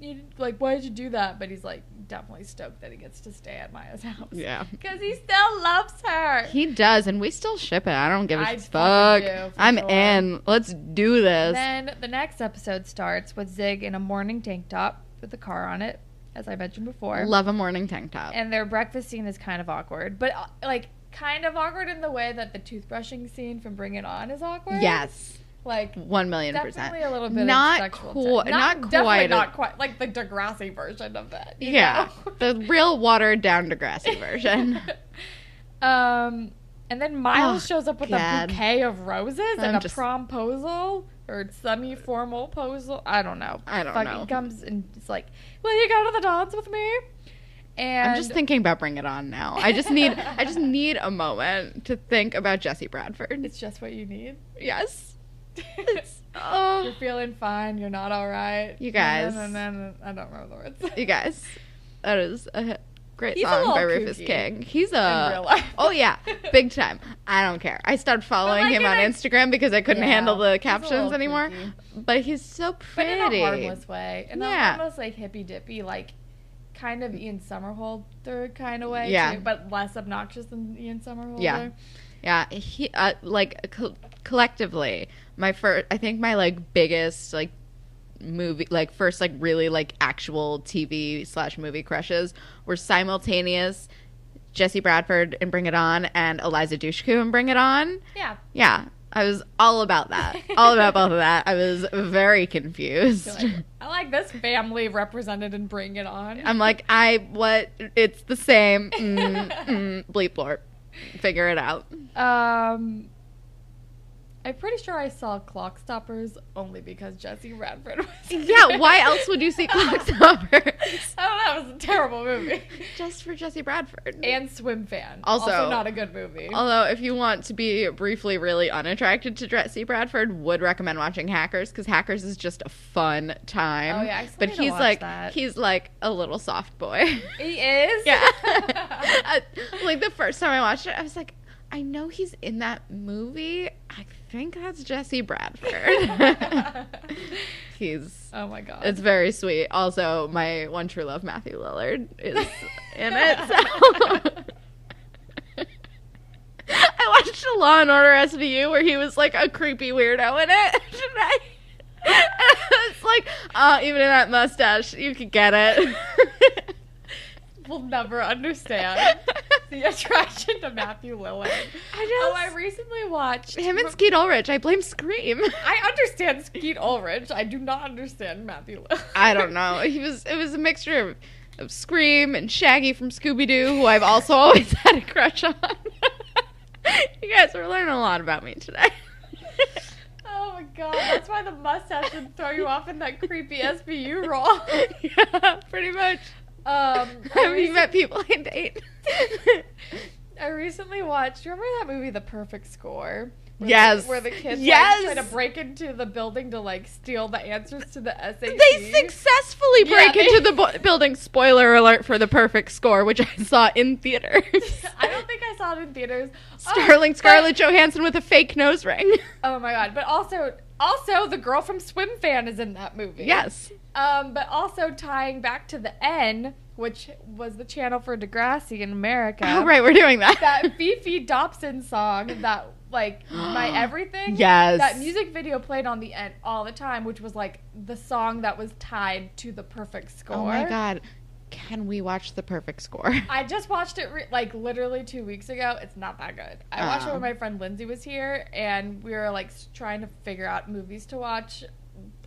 Speaker 3: you, "Like, why did you do that?" But he's like, definitely stoked that he gets to stay at Maya's house.
Speaker 2: Yeah.
Speaker 3: because he still loves her.
Speaker 2: He does, and we still ship it. I don't give a
Speaker 3: I
Speaker 2: fuck.
Speaker 3: fucking do, for
Speaker 2: I'm
Speaker 3: sure.
Speaker 2: in. Let's do this.
Speaker 3: Then the next episode starts with Zig in a morning tank top with a car on it, as I mentioned before.
Speaker 2: Love a morning tank top.
Speaker 3: and their breakfast scene is kind of awkward, but uh, like kind of awkward in the way that the toothbrushing scene from Bring It On is awkward.
Speaker 2: yes,
Speaker 3: like
Speaker 2: one million percent.
Speaker 3: definitely a little bit
Speaker 2: Not
Speaker 3: of sexual
Speaker 2: qui-
Speaker 3: touch.
Speaker 2: not
Speaker 3: definitely
Speaker 2: quite a-
Speaker 3: not quite like the Degrassi version of that. you
Speaker 2: Yeah,
Speaker 3: know?
Speaker 2: the real watered down Degrassi version.
Speaker 3: um, and then Miles
Speaker 2: Oh,
Speaker 3: shows up with a
Speaker 2: God.
Speaker 3: bouquet of roses
Speaker 2: I'm
Speaker 3: and a
Speaker 2: just-
Speaker 3: promposal or semi-formal posal. I don't know.
Speaker 2: I don't
Speaker 3: Fucking
Speaker 2: know.
Speaker 3: comes and it's like, "Will you go to the dance with me?" And
Speaker 2: I'm just thinking about Bring It On now. I just need, I just need a moment to think about Jesse Bradford.
Speaker 3: it's just what you need.
Speaker 2: Yes.
Speaker 3: It's-
Speaker 2: Oh,
Speaker 3: you're feeling fine. You're not all right.
Speaker 2: You guys.
Speaker 3: No, no, no, no, I don't remember the words.
Speaker 2: you guys, that is a great
Speaker 3: He's a
Speaker 2: song by
Speaker 3: little
Speaker 2: Rufus
Speaker 3: kooky
Speaker 2: King. He's
Speaker 3: in real
Speaker 2: a
Speaker 3: life.
Speaker 2: Oh yeah, big time. I don't care. I stopped following
Speaker 3: like
Speaker 2: him
Speaker 3: in
Speaker 2: on
Speaker 3: a-
Speaker 2: Instagram because I couldn't
Speaker 3: Yeah,
Speaker 2: handle the
Speaker 3: he's a
Speaker 2: captions
Speaker 3: little
Speaker 2: anymore.
Speaker 3: kooky.
Speaker 2: But he's so
Speaker 3: but
Speaker 2: pretty.
Speaker 3: in a harmless way, in
Speaker 2: Yeah.
Speaker 3: a harmless like hippy dippy, like kind of Ian Somerhalder kind of way,
Speaker 2: Yeah.
Speaker 3: too, but less obnoxious than Ian Somerhalder.
Speaker 2: Yeah. Yeah, he uh, like co- collectively, my first I think my like biggest like movie like first like really like actual TV slash movie crushes were simultaneous Jesse Bradford and Bring It On and Eliza Dushku and Bring It On.
Speaker 3: yeah.
Speaker 2: Yeah, I was all about that. all about both of that. I was very confused.
Speaker 3: You're like, I like this family represented and Bring It On.
Speaker 2: I'm like, I what? It's the same. Mm, mm, bleep blorp. Figure it out.
Speaker 3: Um, I'm pretty sure I saw Clock Stoppers only because Jesse Radford was.
Speaker 2: Yeah, why else would you see Clockstopper?
Speaker 3: I don't know. It was a terrible movie.
Speaker 2: Just for Jesse Bradford.
Speaker 3: And Swim Fan.
Speaker 2: Also-
Speaker 3: not a good movie.
Speaker 2: Although, if you want to be briefly really unattracted to Jesse Bradford, would recommend watching Hackers because Hackers is just a fun time.
Speaker 3: Oh, yeah, I still
Speaker 2: but
Speaker 3: need to
Speaker 2: he's
Speaker 3: watch
Speaker 2: like
Speaker 3: that.
Speaker 2: he's like a little soft boy.
Speaker 3: He is.
Speaker 2: Yeah. I- like the first time I watched it, I was like, I know he's in that movie. I think that's Jesse Bradford. he's
Speaker 3: oh my god.
Speaker 2: it's very sweet. Also, my one true love, Matthew Lillard, is in it. So I watched a Law and Order SVU where he was like a creepy weirdo in it today. it's like, uh, even in that mustache, you could get it.
Speaker 3: We'll never understand the attraction to Matthew Lillard.
Speaker 2: I just,
Speaker 3: Oh, I recently watched
Speaker 2: him and Skeet Ulrich. I blame Scream.
Speaker 3: I understand Skeet Ulrich. I do not understand Matthew Lillard.
Speaker 2: I don't know. He was. It was a mixture of, of Scream and Shaggy from Scooby Doo, who I've also always had a crush on. you guys are learning a lot about me today.
Speaker 3: Oh my god, that's why the mustache would throw you off in that creepy SBU role.
Speaker 2: yeah, pretty much.
Speaker 3: Um, I,
Speaker 2: Have you
Speaker 3: recent-
Speaker 2: met people I date?
Speaker 3: I recently watched. Remember that movie, The Perfect Score? Where
Speaker 2: Yes.
Speaker 3: The, where the kids
Speaker 2: Yes.
Speaker 3: like, try to break into the building to like steal the answers to the SAT.
Speaker 2: they successfully break
Speaker 3: Yeah, they-
Speaker 2: into the bo- building. Spoiler alert for the perfect score, which I saw in theaters.
Speaker 3: I don't think I saw it in theaters. Oh,
Speaker 2: Starling
Speaker 3: but-
Speaker 2: Scarlett Johansson with a fake nose ring.
Speaker 3: Oh my god! But also, also the girl from Swim Fan is in that movie.
Speaker 2: yes.
Speaker 3: Um, but also tying back to the N, which was the channel for Degrassi in America.
Speaker 2: Oh, right, we're doing that.
Speaker 3: That Fifi Dobson song that like my everything.
Speaker 2: Yes.
Speaker 3: That music video played on the N all the time, which was like the song that was tied to the perfect score.
Speaker 2: Oh my god. Can we watch the perfect score?
Speaker 3: I just watched it re- like literally two weeks ago. It's not that good. I watched it
Speaker 2: Oh.
Speaker 3: when my friend Lindsay was here, and we were like s- trying to figure out movies to watch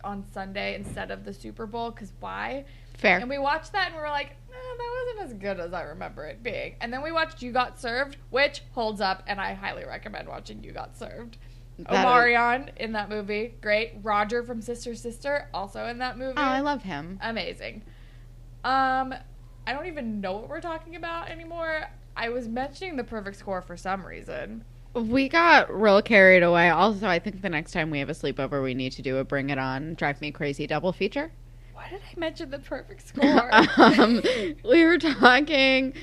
Speaker 3: on Sunday instead of the Super Bowl because why?
Speaker 2: Fair.
Speaker 3: And we watched that and we were like, "Eh, that wasn't as good as I remember it being. And then we watched You Got Served, which holds up, and I highly recommend watching You Got Served.
Speaker 2: That-
Speaker 3: Omarion in that movie, great. Roger from Sister Sister, also in that movie.
Speaker 2: Oh, I love him.
Speaker 3: Amazing. Um, I don't even know what we're talking about anymore. I was mentioning the perfect score for some reason.
Speaker 2: We got real carried away. Also, I think the next time we have a sleepover, we need to do a Bring It On, Drive Me Crazy double feature.
Speaker 3: Why did I mention the perfect score?
Speaker 2: um, we were talking.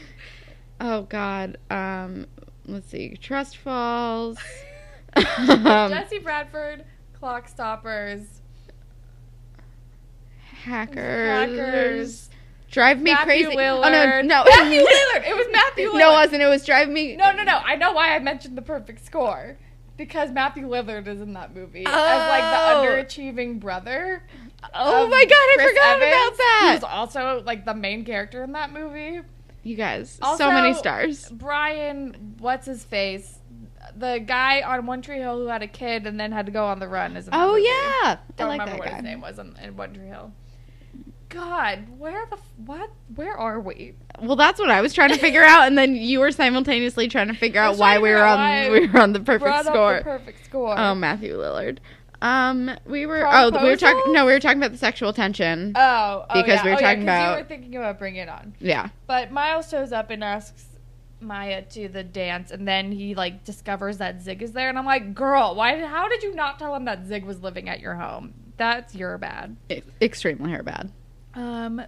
Speaker 2: Oh God. Um, let's see. Trust falls. um,
Speaker 3: Jesse Bradford, Clock Stoppers,
Speaker 2: hackers.
Speaker 3: Hackers,
Speaker 2: Drive me
Speaker 3: Matthew
Speaker 2: crazy.
Speaker 3: Willard.
Speaker 2: Oh no, no.
Speaker 3: Matthew Willard. It was Matthew Willard.
Speaker 2: No, it wasn't. It was drive me.
Speaker 3: No, no, no. I know why I mentioned the perfect score. Because Matthew Lillard is in that movie
Speaker 2: Oh.
Speaker 3: as like the underachieving brother.
Speaker 2: Oh
Speaker 3: of
Speaker 2: my God, I
Speaker 3: Chris
Speaker 2: forgot
Speaker 3: Evans,
Speaker 2: about that.
Speaker 3: Who's also like the main character in that movie.
Speaker 2: You guys,
Speaker 3: Also-
Speaker 2: so many stars.
Speaker 3: Brian, what's his face? The guy on One Tree Hill who had a kid and then had to go on the run is. In that
Speaker 2: Oh
Speaker 3: movie.
Speaker 2: yeah, I
Speaker 3: Don't
Speaker 2: like
Speaker 3: remember
Speaker 2: that
Speaker 3: what his
Speaker 2: guy.
Speaker 3: name was in, in One Tree Hill. God, where the f- what? Where are we?
Speaker 2: Well, that's what I was trying to figure out, and then you were simultaneously trying to figure
Speaker 3: I
Speaker 2: out
Speaker 3: was
Speaker 2: why
Speaker 3: trying to
Speaker 2: we
Speaker 3: figure
Speaker 2: were on
Speaker 3: out why
Speaker 2: we were on the perfect
Speaker 3: Brought
Speaker 2: score.
Speaker 3: up the perfect score.
Speaker 2: Oh, Matthew Lillard. Um, we were oh we were
Speaker 3: Proposal?
Speaker 2: talking no we were talking about the sexual tension.
Speaker 3: Oh, oh,
Speaker 2: Because
Speaker 3: yeah.
Speaker 2: we were
Speaker 3: oh,
Speaker 2: talking
Speaker 3: yeah, 'cause
Speaker 2: about-
Speaker 3: you were thinking about Bring It On,
Speaker 2: yeah,
Speaker 3: but Miles shows up and asks Maya to the dance, and then he like discovers that Zig is there, and I'm like, girl, why? How did you not tell him that Zig was living at your home? That's your bad.
Speaker 2: e- extremely her bad.
Speaker 3: Um,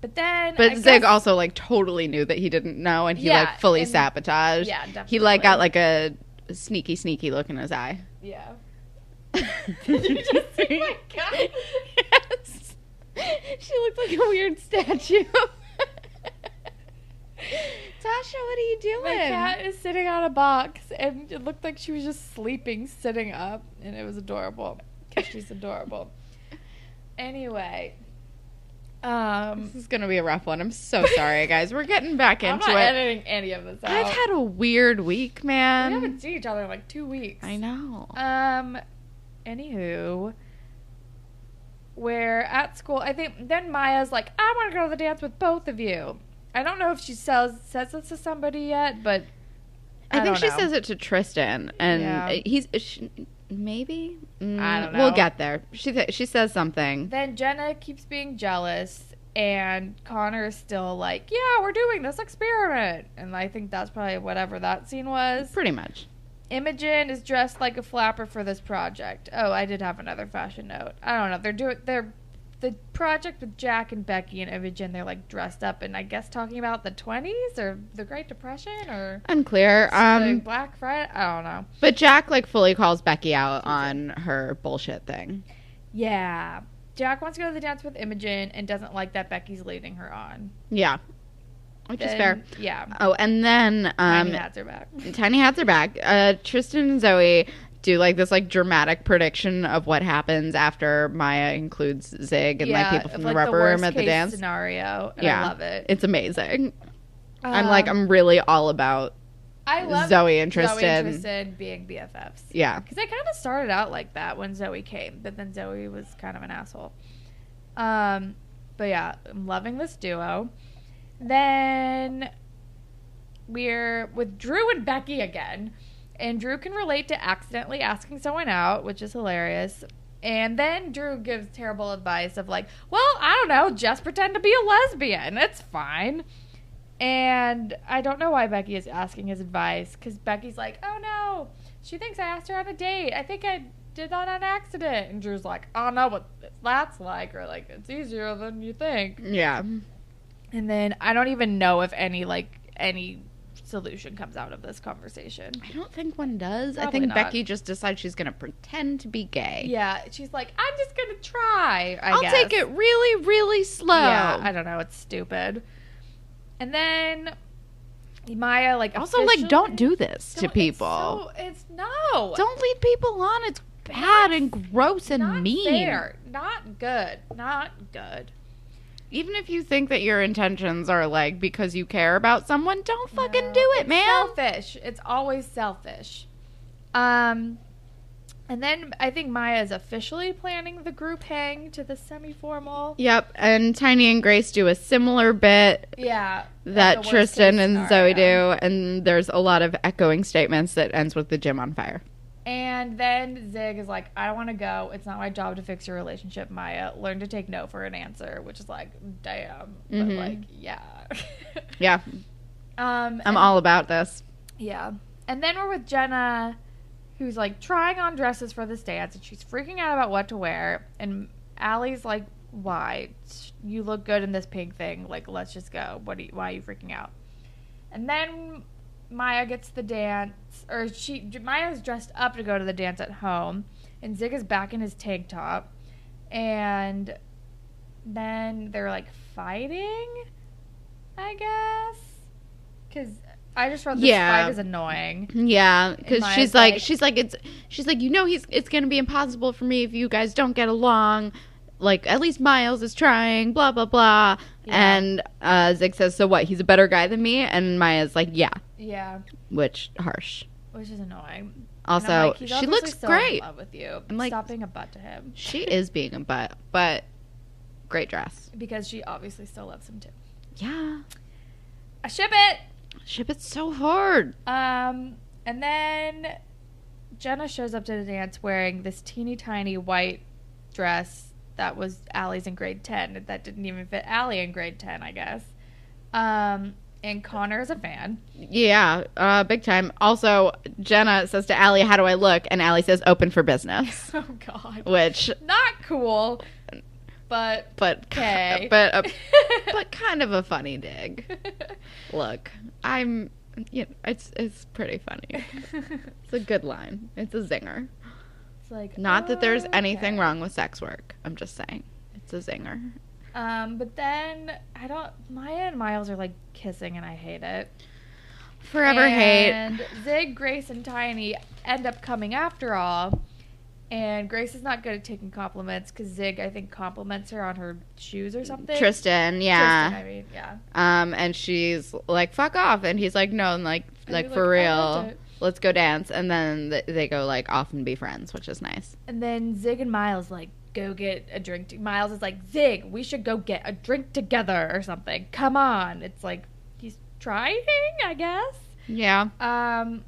Speaker 3: but then,
Speaker 2: But
Speaker 3: I
Speaker 2: Zig
Speaker 3: guess-
Speaker 2: also like totally knew that he didn't know, and he
Speaker 3: Yeah,
Speaker 2: like fully
Speaker 3: and-
Speaker 2: sabotaged.
Speaker 3: yeah,
Speaker 2: He like got
Speaker 3: definitely.
Speaker 2: like a sneaky sneaky look in his eye.
Speaker 3: yeah.
Speaker 2: Did
Speaker 3: you just say Oh my God?
Speaker 2: Yes. She looked like a weird statue. Tasha, what are you doing?
Speaker 3: My cat is sitting on a box, and it looked like she was just sleeping, sitting up, and it was adorable. 'cause she's adorable. Anyway, um,
Speaker 2: This is gonna be a rough one. I'm so sorry, guys. We're getting back
Speaker 3: I'm
Speaker 2: into
Speaker 3: not
Speaker 2: it.
Speaker 3: editing any of this out.
Speaker 2: I've had a weird week,
Speaker 3: we
Speaker 2: man.
Speaker 3: haven't seen each other in like two weeks.
Speaker 2: I know.
Speaker 3: Um, anywho, we're at school. I think then Maya's like, I want to go to the dance with both of you. I don't know if she says says this to somebody yet, but
Speaker 2: I,
Speaker 3: I
Speaker 2: think
Speaker 3: don't
Speaker 2: she
Speaker 3: know.
Speaker 2: says it to Tristan, and
Speaker 3: Yeah.
Speaker 2: he's she, maybe. Mm,
Speaker 3: I don't
Speaker 2: We'll
Speaker 3: know.
Speaker 2: get there. She th- she says something.
Speaker 3: Then Jenna keeps being jealous, and Connor is still like, Yeah, we're doing this experiment. And I think that's probably whatever that scene was.
Speaker 2: Pretty much.
Speaker 3: Imogen is dressed like a flapper for this project. Oh, I did have another fashion note. I don't know. They're doing they're the project with Jack and Becky and Imogen, they're like dressed up and I guess talking about the twenties or the Great Depression or
Speaker 2: Unclear.
Speaker 3: the
Speaker 2: Um,
Speaker 3: Black Friday. I don't know.
Speaker 2: but Jack like fully calls Becky out on her bullshit thing.
Speaker 3: Yeah. Jack wants to go to the dance with Imogen and doesn't like that Becky's leading her on.
Speaker 2: Yeah, which is fair.
Speaker 3: Then- Yeah.
Speaker 2: Oh, and then um,
Speaker 3: Tiny hats are back.
Speaker 2: Tiny hats are back. Uh, Tristan and Zoe do like this like dramatic prediction of what happens after Maya includes Zig and like people from the
Speaker 3: like,
Speaker 2: rubber room
Speaker 3: worst
Speaker 2: at the
Speaker 3: case
Speaker 2: dance.
Speaker 3: scenario. And
Speaker 2: Yeah.
Speaker 3: I love it.
Speaker 2: It's amazing. I'm like
Speaker 3: Um,
Speaker 2: I'm really all about
Speaker 3: I love
Speaker 2: Uh, Zoe and
Speaker 3: Zoe
Speaker 2: Tristan.
Speaker 3: Tristan being BFFs.
Speaker 2: yeah.
Speaker 3: Because I kind of started out like that when Zoe came, but then Zoe was kind of an asshole. Um, but yeah, I'm loving this duo. Then we're with Drew and Becky again. And Drew can relate to accidentally asking someone out, which is hilarious. And then Drew gives terrible advice of like, well, I don't know, just pretend to be a lesbian. It's fine. And I don't know why Becky is asking his advice because Becky's like, oh no, she thinks I asked her on a date. I think I did that on accident. And Drew's like, I don't know what that's like, or like, it's easier than you think.
Speaker 2: Yeah.
Speaker 3: And then I don't even know if any, like, any solution comes out of this conversation.
Speaker 2: I don't think one does. I
Speaker 3: Probably
Speaker 2: think
Speaker 3: not.
Speaker 2: Becky just decides she's going to pretend to be gay.
Speaker 3: Yeah, she's like, I'm just gonna try. I
Speaker 2: I'll
Speaker 3: guess.
Speaker 2: take it really really slow.
Speaker 3: Yeah, I don't know. It's stupid. And then Maya, like,
Speaker 2: also like don't
Speaker 3: officially-
Speaker 2: do this to
Speaker 3: Don't-
Speaker 2: people.
Speaker 3: It's, so, it's no.
Speaker 2: don't lead people on. It's bad and gross and
Speaker 3: not
Speaker 2: mean.
Speaker 3: fair. Not good. Not good.
Speaker 2: Even if you think that your intentions are like because you care about someone, don't fucking
Speaker 3: No,
Speaker 2: do it,
Speaker 3: it's
Speaker 2: man.
Speaker 3: Selfish. It's always selfish. Um, and then I think Maya is officially planning the group hang to the semi-formal.
Speaker 2: Yep, and Tiny and Grace do a similar bit
Speaker 3: Yeah.
Speaker 2: that
Speaker 3: the worst
Speaker 2: Tristan
Speaker 3: case
Speaker 2: and Zoe do,
Speaker 3: scenario.
Speaker 2: and there's a lot of echoing statements that ends with the gym on fire.
Speaker 3: And then Zig is like, I don't want to go. It's not my job to fix your relationship, Maya. Learn to take no for an answer, which is like, damn. But
Speaker 2: Mhm.
Speaker 3: like, yeah.
Speaker 2: Yeah, I'm
Speaker 3: um, and-
Speaker 2: all about this.
Speaker 3: Yeah. And then we're with Jenna, who's like trying on dresses for this dance, and she's freaking out about what to wear. And Allie's like, "Why? You look good in this pink thing. Like, let's just go. What? Are you, why are you freaking out?" And then Maya gets the dance, or she Maya's dressed up to go to the dance at home, and Zig is back in his tank top, and then they're like fighting, I guess, because I just wrote this
Speaker 2: Yeah.
Speaker 3: fight is annoying.
Speaker 2: Yeah, because
Speaker 3: Maya's
Speaker 2: she's like,
Speaker 3: like-
Speaker 2: she's like, it's, she's like, you know, he's, it's gonna be impossible for me if you guys don't get along. Like, at least Miles is trying. Blah blah blah.
Speaker 3: Yeah.
Speaker 2: And uh, Zig says, so what? He's a better guy than me. And Maya's like, yeah,
Speaker 3: Yeah,
Speaker 2: which harsh.
Speaker 3: which is annoying.
Speaker 2: Also,
Speaker 3: And I'm like, "He's
Speaker 2: she
Speaker 3: obviously
Speaker 2: looks
Speaker 3: still
Speaker 2: great.
Speaker 3: In love with you.
Speaker 2: I'm like-
Speaker 3: stop being a butt to him
Speaker 2: She is being a butt, but great dress.
Speaker 3: because she obviously still loves him too.
Speaker 2: Yeah,
Speaker 3: I ship it.
Speaker 2: ship it so hard.
Speaker 3: Um, and then Jenna shows up to the dance wearing this teeny tiny white dress that was Allie's in grade 10. That didn't even fit Allie in grade 10, I guess. Um, and Connor is a fan.
Speaker 2: Yeah, uh, big time. Also, Jenna says to Allie, "How do I look?" And Allie says, "Open for business,"
Speaker 3: oh, God.
Speaker 2: which,
Speaker 3: Not cool, but
Speaker 2: but,
Speaker 3: okay.
Speaker 2: but, uh, a, but kind of a funny dig. Look, I'm, you know, it's it's pretty funny. It's a good line. It's a zinger.
Speaker 3: it's like, "Oh,
Speaker 2: Not that there's anything
Speaker 3: okay.
Speaker 2: wrong with sex work. I'm just saying, it's a zinger.
Speaker 3: Um, but then I don't. Maya and Miles are like kissing, and I hate it.
Speaker 2: Forever
Speaker 3: and
Speaker 2: hate.
Speaker 3: Zig, Grace, and Tiny end up coming after all. And Grace is not good at taking compliments because Zig, I think, compliments her on her shoes or something.
Speaker 2: Tristan, yeah.
Speaker 3: Tristan, I mean, yeah.
Speaker 2: Um, and she's like, "Fuck off," and he's like, "No," and like,
Speaker 3: And
Speaker 2: like
Speaker 3: he's
Speaker 2: for
Speaker 3: like, "I loved
Speaker 2: real,
Speaker 3: it."
Speaker 2: let's go dance. And then th- they go like off and be friends, which is nice.
Speaker 3: And then Zig and Miles like go get a drink. To- Miles is like, Zig, we should go get a drink together or something. Come on. It's like he's trying, I guess.
Speaker 2: Yeah,
Speaker 3: Um,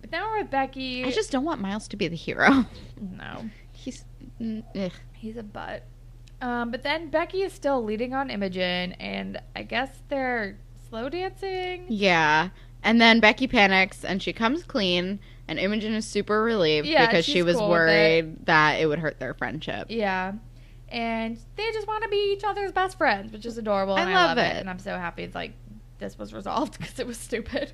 Speaker 3: but then we're with Becky.
Speaker 2: I just don't want Miles to be the hero.
Speaker 3: no.
Speaker 2: he's mm, ugh.
Speaker 3: He's a butt. Um, but then Becky is still leading on Imogen, and I guess they're slow dancing.
Speaker 2: yeah. And then Becky panics and she comes clean, and Imogen is super relieved
Speaker 3: Yeah,
Speaker 2: because she
Speaker 3: she's
Speaker 2: was
Speaker 3: cool with
Speaker 2: worried that it would hurt their friendship.
Speaker 3: Yeah. And they just want to be each other's best friends, which is adorable.
Speaker 2: I
Speaker 3: And I,
Speaker 2: love
Speaker 3: love, it.
Speaker 2: it.
Speaker 3: And I'm so happy it's like this was resolved because it was stupid.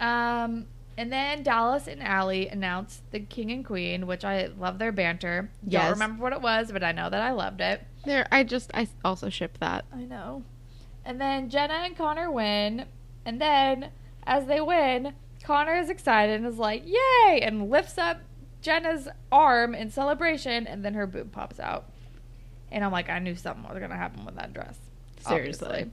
Speaker 3: Um, and then Dallas and Allie announced the King and Queen, which I love their banter.
Speaker 2: Yes.
Speaker 3: Don't remember what it was, but I know that I loved it.
Speaker 2: There, I just I also ship that.
Speaker 3: I know. And then Jenna and Connor win. And then as they win, Connor is excited and is like, yay! And lifts up Jenna's arm in celebration. And then her boob pops out. And I'm like, I knew something was going to happen with that dress.
Speaker 2: Seriously.
Speaker 3: obviously.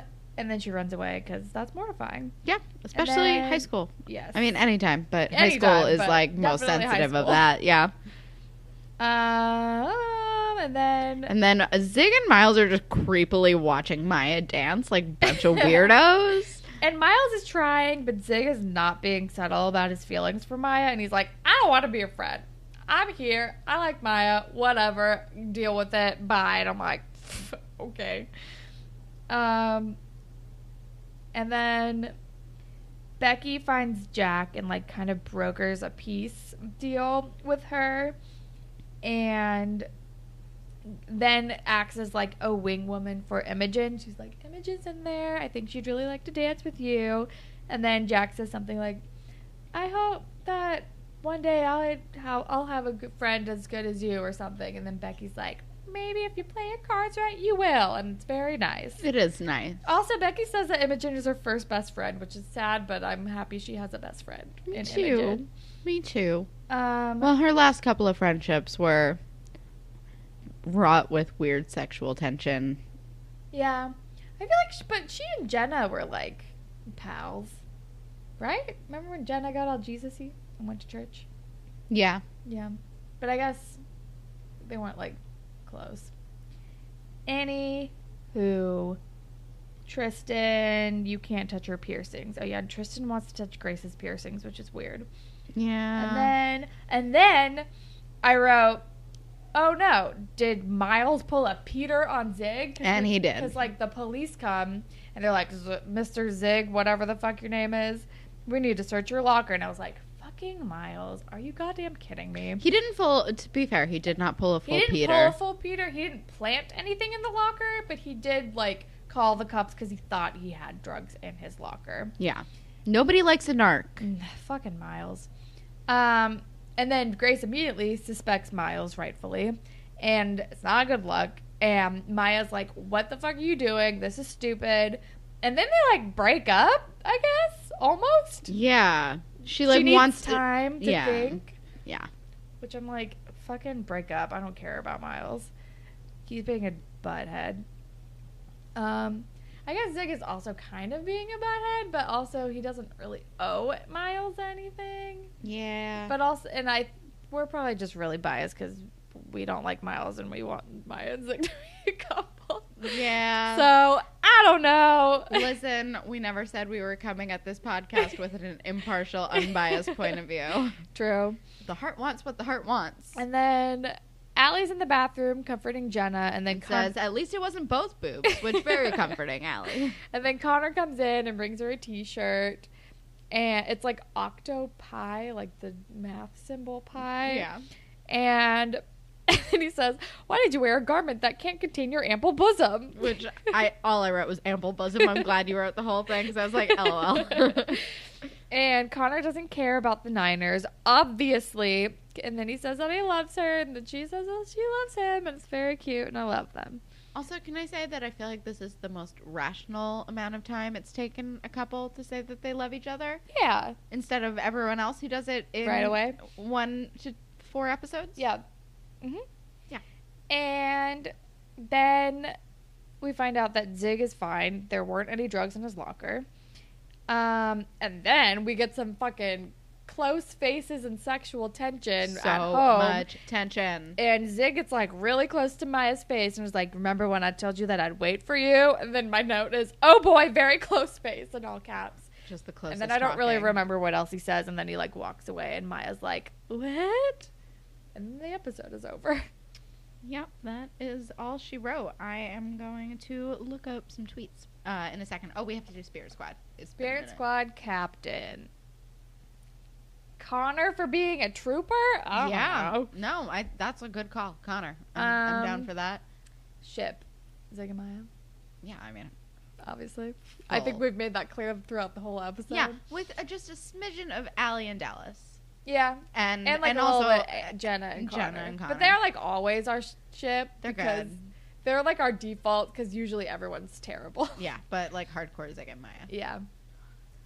Speaker 3: Um, and then she runs away because that's mortifying. Um,
Speaker 2: Yeah, especially
Speaker 3: then-
Speaker 2: high school.
Speaker 3: Yes.
Speaker 2: I mean, anytime, but high
Speaker 3: Anytime,
Speaker 2: school is
Speaker 3: but
Speaker 2: like most
Speaker 3: definitely high
Speaker 2: sensitive of
Speaker 3: school.
Speaker 2: that. Yeah.
Speaker 3: um, and then
Speaker 2: And then Zig and Miles are just creepily watching Maya dance like bunch of weirdos.
Speaker 3: And Miles is trying, but Zig is not being subtle about his feelings for Maya, and he's like, I don't want to be your friend. I'm here. I like Maya. Whatever. Deal with it. Bye. And I'm like, okay. Um, and then Becky finds Jack and like kind of brokers a peace deal with her, and then acts as like a wing woman for Imogen. She's like, Imogen's in there. I think she'd really like to dance with you. And then Jack says something like, I hope that one day I'll how I'll have a good friend as good as you or something. And then Becky's like, maybe if you play your cards right, you will. And it's very nice.
Speaker 2: it is nice.
Speaker 3: Also, Becky says that Imogen is her first best friend, which is sad, but I'm happy she has a best friend.
Speaker 2: Me
Speaker 3: in
Speaker 2: too.
Speaker 3: Imogen.
Speaker 2: Me too.
Speaker 3: Um,
Speaker 2: Well, her last couple of friendships were wrought with weird sexual tension.
Speaker 3: yeah, I feel like, she, but she and Jenna were like pals, right? Remember when Jenna got all Jesusy and went to church?
Speaker 2: Yeah.
Speaker 3: Yeah, but I guess they weren't like close. Annie, who Tristan, you can't touch her piercings. Oh yeah, and Tristan wants to touch Grace's piercings, which is weird.
Speaker 2: Yeah.
Speaker 3: And then and then I wrote, "Oh no, did Miles pull a Peter on Zig?"
Speaker 2: And he did.
Speaker 3: Cuz like the police come and they're like, "Z- "Mr. Zig, whatever the fuck your name is, we need to search your locker." And I was like, "Fucking Miles, are you goddamn kidding me?"
Speaker 2: he didn't full. To be fair, he did not pull a full
Speaker 3: He didn't
Speaker 2: Peter.
Speaker 3: pull a full Peter. He didn't plant anything in the locker, but he did like call the cops cuz he thought he had drugs in his locker.
Speaker 2: yeah. Nobody likes a narc.
Speaker 3: Mm, Fucking Miles. Um, and then Grace immediately suspects Miles, rightfully, and it's not good luck. And Maya's like, "What the fuck are you doing? This is stupid." And then they like break up, I guess, almost.
Speaker 2: Yeah. She like
Speaker 3: she needs
Speaker 2: wants to.
Speaker 3: time to,
Speaker 2: yeah.
Speaker 3: think.
Speaker 2: Yeah.
Speaker 3: Which I'm like, fucking break up. I don't care about Miles. He's being a butthead. Um, I guess Zig is also kind of being a butthead, but also he doesn't really owe Miles anything.
Speaker 2: Yeah.
Speaker 3: But also, and I, we're probably just really biased because we don't like Miles and we want Maya and Zig to be a couple.
Speaker 2: yeah.
Speaker 3: So I don't know.
Speaker 2: Listen, we never said we were coming at this podcast with an impartial, unbiased point of view.
Speaker 3: True.
Speaker 2: The heart wants what the heart wants.
Speaker 3: And then Allie's in the bathroom comforting Jenna, and then
Speaker 2: And
Speaker 3: Con-
Speaker 2: says, at least it wasn't both boobs, which very comforting, Allie.
Speaker 3: and then Connor comes in and brings her a T-shirt, and it's like octopi, like the math symbol pi. And. And he says, "Why did you wear a garment that can't contain your ample bosom?"
Speaker 2: Which I all I wrote was ample bosom. I'm glad you wrote the whole thing because I was like, oh, lol.
Speaker 3: And Connor doesn't care about the Niners, obviously. And then he says that he loves her, and then she says that she loves him, and it's very cute, and I love them.
Speaker 2: also, can I say that I feel like this is the most rational amount of time it's taken a couple to say that they love each other
Speaker 3: Yeah,
Speaker 2: instead of everyone else who does it in
Speaker 3: right away.
Speaker 2: one to four episodes.
Speaker 3: Yeah. hmm
Speaker 2: Yeah.
Speaker 3: And then we find out that Zig is fine. There weren't any drugs in his locker. Um, and then we get some fucking close faces and sexual tension
Speaker 2: so
Speaker 3: at home.
Speaker 2: much tension.
Speaker 3: And Zig gets like really close to Maya's face and was like, Remember when I told you that I'd wait for you? And then my note is, Oh boy, very close face in all caps.
Speaker 2: Just the closest.
Speaker 3: and then I don't really
Speaker 2: talking.
Speaker 3: remember what else he says. And then he like walks away and Maya's like, What? And the episode is over.
Speaker 2: Yep, that is all she wrote. I am going to look up some tweets uh, in a second. Oh, we have to do Spirit Squad. It's been a
Speaker 3: Spirit
Speaker 2: minute.
Speaker 3: Squad Captain. Connor for being a trooper? I don't
Speaker 2: yeah.
Speaker 3: know.
Speaker 2: No, I, that's a good call, Connor. I'm, I'm down
Speaker 3: Um,
Speaker 2: for that.
Speaker 3: Ship. Zig and Maya,
Speaker 2: Yeah, I mean,
Speaker 3: obviously. I think
Speaker 2: Full.
Speaker 3: we've made that clear throughout the whole episode.
Speaker 2: Oh. yeah, with a, just a smidgen of Allie and Dallas,
Speaker 3: Yeah.
Speaker 2: Mm-hmm. and
Speaker 3: and like a
Speaker 2: also
Speaker 3: little bit, uh, Jenna and
Speaker 2: Jenna
Speaker 3: Connor.
Speaker 2: and Connor.
Speaker 3: But they're like always our sh- ship.
Speaker 2: They're
Speaker 3: because
Speaker 2: good.
Speaker 3: They're like our default because usually everyone's terrible.
Speaker 2: yeah, but like hardcore Zig and Maya.
Speaker 3: yeah.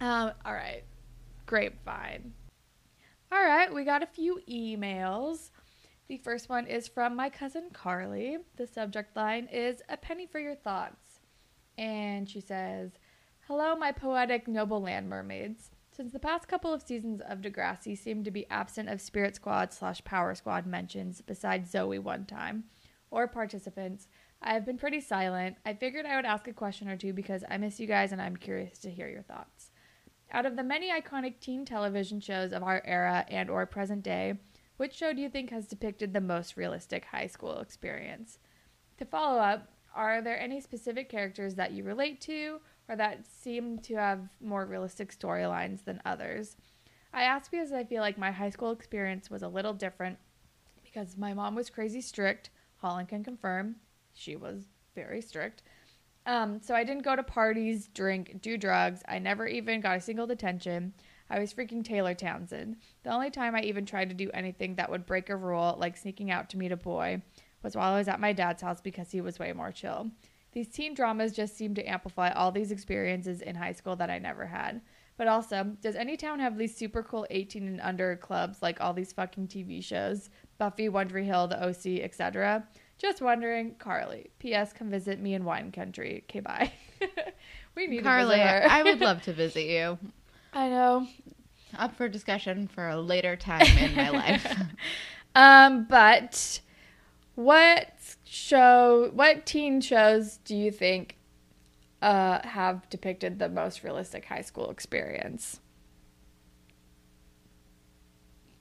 Speaker 3: Um. All right. Grapevine. All right. We got a few emails. The first one is from my cousin Carly. The subject line is "A penny for your thoughts," and she says, "Hello, my poetic noble land mermaids." Since the past couple of seasons of Degrassi seem to be absent of Spirit Squad slash Power Squad mentions besides Zoe one time, or participants, I have been pretty silent. I figured I would ask a question or two because I miss you guys and I'm curious to hear your thoughts. Out of the many iconic teen television shows of our era and or present day, which show do you think has depicted the most realistic high school experience? To follow up, are there any specific characters that you relate to or that seem to have more realistic storylines than others? I ask because I feel like my high school experience was a little different because my mom was crazy strict. Holland can confirm she was very strict. Um, so I didn't go to parties, drink, do drugs. I never even got a single detention. I was freaking Taylor Townsend. The only time I even tried to do anything that would break a rule, like sneaking out to meet a boy, was while I was at my dad's house because he was way more chill. These teen dramas just seem to amplify all these experiences in high school that I never had. But also, does any town have these super cool 18 and under clubs like all these fucking TV shows? Buffy, Wondry Hill, The OC, etc. Just wondering, Carly. P.S. Come visit me in wine country. Okay, bye. we need
Speaker 2: Carly,
Speaker 3: to visit her.
Speaker 2: I would love to visit you.
Speaker 3: I know.
Speaker 2: Up for discussion for a later time in my life.
Speaker 3: Um, but what show, what teen shows do you think uh, have depicted the most realistic high school experience?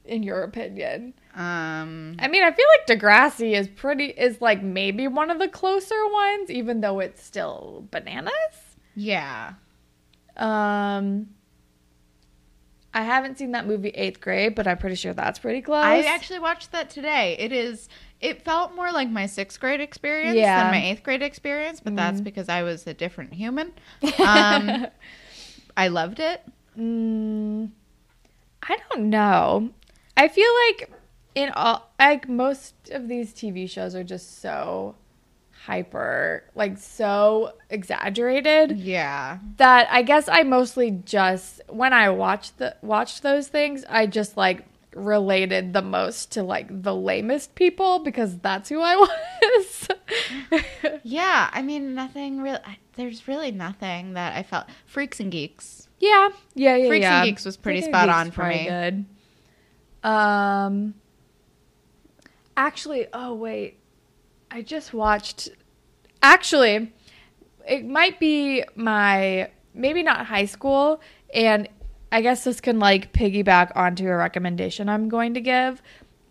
Speaker 3: in your opinion?
Speaker 2: Um,
Speaker 3: I mean, I feel like Degrassi is pretty is like maybe one of the closer ones, even though it's still bananas.
Speaker 2: yeah.
Speaker 3: Um, I haven't seen that movie Eighth Grade, but I'm pretty sure that's pretty close.
Speaker 2: I actually watched that today. It is. It felt more like my sixth grade experience
Speaker 3: Yeah. Mm-hmm.
Speaker 2: than my eighth grade experience, but that's because I was a different human. Um, I loved it.
Speaker 3: Mm, I don't know. I feel like in all like most of these TV shows are just so hyper, like so
Speaker 2: Mm-hmm.
Speaker 3: exaggerated
Speaker 2: Yeah.
Speaker 3: that I guess I mostly just when I watched the watched those things, I just like related the most to like the lamest people because that's who I was.
Speaker 2: Yeah. I mean, nothing real. I- There's really nothing that I felt. Freaks and Geeks.
Speaker 3: yeah, yeah, yeah.
Speaker 2: Freaks
Speaker 3: yeah.
Speaker 2: and Geeks was pretty
Speaker 3: Freaks and
Speaker 2: spot
Speaker 3: Geeks
Speaker 2: on
Speaker 3: is
Speaker 2: for
Speaker 3: probably
Speaker 2: me.
Speaker 3: Good. Um, actually, oh wait, I just watched. Actually, it might be my maybe not high school, and I guess this can like piggyback onto a recommendation I'm going to give.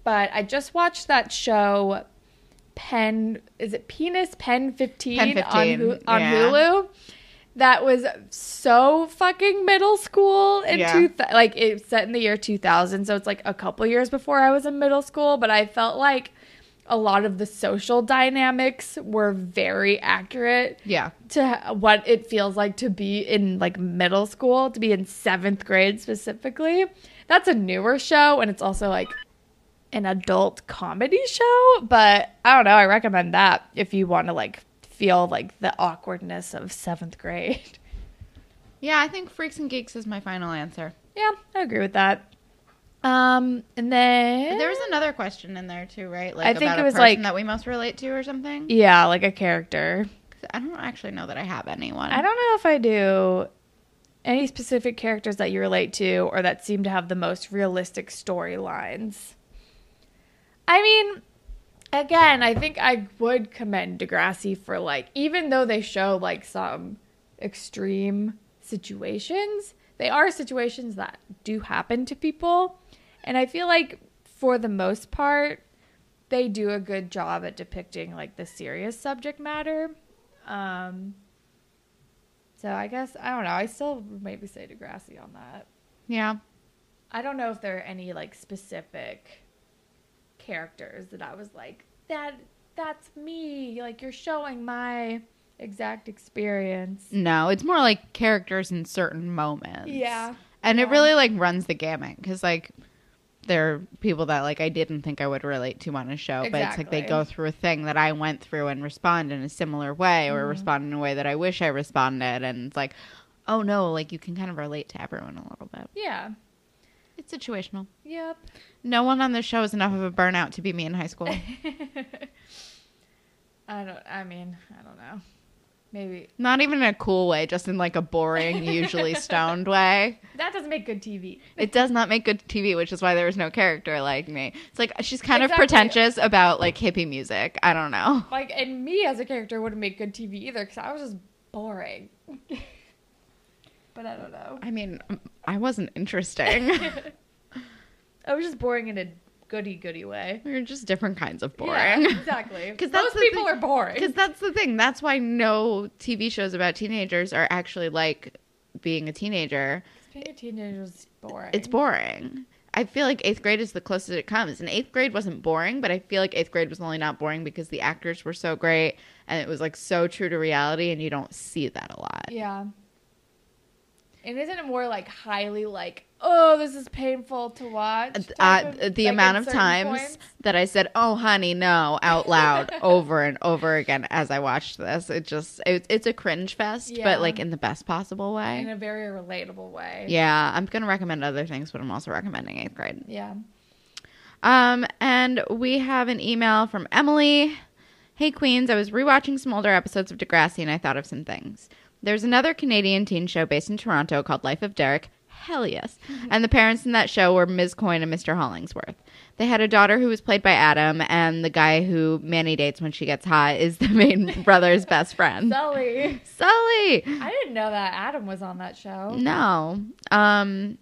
Speaker 3: But I just watched that show, Pen. Is it Penis Pen Fifteen,
Speaker 2: Pen
Speaker 3: on
Speaker 2: 15,
Speaker 3: Hu- on
Speaker 2: yeah.
Speaker 3: Hulu? That was so fucking middle school in
Speaker 2: Yeah.
Speaker 3: two th- like it's set in the year 2000 so it's like a couple years before i was in middle school but i felt like a lot of the social dynamics were very accurate
Speaker 2: Yeah.
Speaker 3: to ha- what it feels like to be in like middle school to be in seventh grade specifically that's a newer show and it's also like an adult comedy show but i don't know i recommend that if you want to like feel like the awkwardness of seventh grade
Speaker 2: Yeah. I think Freaks and Geeks is my final answer.
Speaker 3: Yeah, I agree with that. Um, and then
Speaker 2: There was another question in there too, right? Like
Speaker 3: I think
Speaker 2: about
Speaker 3: it
Speaker 2: a
Speaker 3: was,
Speaker 2: person
Speaker 3: like-
Speaker 2: that we most relate to or something.
Speaker 3: yeah, like a character.
Speaker 2: 'Cause I don't actually know that I have anyone.
Speaker 3: I don't know if I do any specific characters that you relate to or that seem to have the most realistic storylines. I mean, again, I think I would commend Degrassi for like even though they show like some extreme situations, they are situations that do happen to people. And I feel like for the most part, they do a good job at depicting like the serious subject matter. Um, so I guess I don't know. I still maybe say Degrassi on that.
Speaker 2: Yeah.
Speaker 3: I don't know if there are any like specific characters that I was like that. That's me. Like you're showing my exact experience.
Speaker 2: No, it's more like characters in certain moments.
Speaker 3: Yeah.
Speaker 2: And it
Speaker 3: Yeah.
Speaker 2: really like runs the gamut because like there are people that like I didn't think I would relate to on a show, but it's like they
Speaker 3: Exactly.
Speaker 2: go through a thing that I went through and respond in a similar way
Speaker 3: Mm-hmm.
Speaker 2: or respond in a way that I wish I responded. And it's like, oh no, like you can kind of relate to everyone a little bit.
Speaker 3: Yeah.
Speaker 2: It's situational.
Speaker 3: Yep.
Speaker 2: No one on this show is enough of a burnout to be me in high school.
Speaker 3: I don't. I mean, I don't know. Maybe
Speaker 2: Not even in a cool way, just in like a boring, usually stoned way.
Speaker 3: that doesn't make good TV.
Speaker 2: It does not make good TV, which is why there was no character like me. It's like she's kind
Speaker 3: Exactly.
Speaker 2: of pretentious about like hippie music. I don't know.
Speaker 3: Like, and me as a character wouldn't make good TV either because I was just boring. but I don't know.
Speaker 2: I mean, I wasn't interesting.
Speaker 3: I was just boring in a goody goody way.
Speaker 2: we were just different kinds of
Speaker 3: Yeah,
Speaker 2: boring.
Speaker 3: exactly.
Speaker 2: 'Cause that's
Speaker 3: most
Speaker 2: the
Speaker 3: people
Speaker 2: thing-
Speaker 3: are boring.
Speaker 2: Because that's the thing. That's why no TV shows about teenagers are actually like being a teenager.
Speaker 3: being a teenager is boring.
Speaker 2: It's boring. I feel like eighth grade is the closest it comes. And eighth grade wasn't boring, but I feel like eighth grade was only not boring because the actors were so great and it was like so true to reality, and you don't see that a lot.
Speaker 3: Yeah. And isn't it more like highly like, oh, this is painful to watch?
Speaker 2: uh,
Speaker 3: type of-
Speaker 2: the
Speaker 3: like, at
Speaker 2: amount of
Speaker 3: certain
Speaker 2: times
Speaker 3: points?
Speaker 2: that I said, "Oh, honey, no," out loud over and over again as I watched this. It just it, it's a cringe fest,
Speaker 3: Yeah.
Speaker 2: but like in the best possible way.
Speaker 3: in a very relatable way.
Speaker 2: yeah, I'm gonna recommend other things, but I'm also recommending eighth grade.
Speaker 3: Yeah.
Speaker 2: Um, and we have an email from Emily. Hey Queens, I was rewatching some older episodes of Degrassi and I thought of some things. There's another Canadian teen show based in Toronto called Life of Derek. Hell yes. And the parents in that show were Ms. Coyne and Mr. Hollingsworth. They had a daughter who was played by Adam, and the guy who Manny dates when she gets hot is the main brother's best friend.
Speaker 3: Sully.
Speaker 2: Sully!
Speaker 3: I didn't know that Adam was on that show.
Speaker 2: No. Um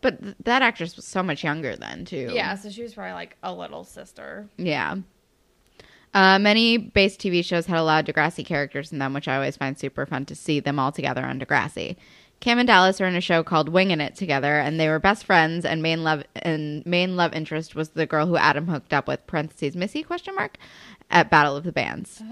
Speaker 2: But th- that actress was so much younger then, too.
Speaker 3: Yeah, so she was probably like a little sister.
Speaker 2: Yeah. Uh, many base TV shows had allowed Degrassi characters in them, which I always find super fun to see them all together on Degrassi. Cam and Dallas are in a show called Wingin' It together, and they were best friends. And main love and main love interest was the girl who Adam hooked up with (parentheses Missy question mark) at Battle of the Bands.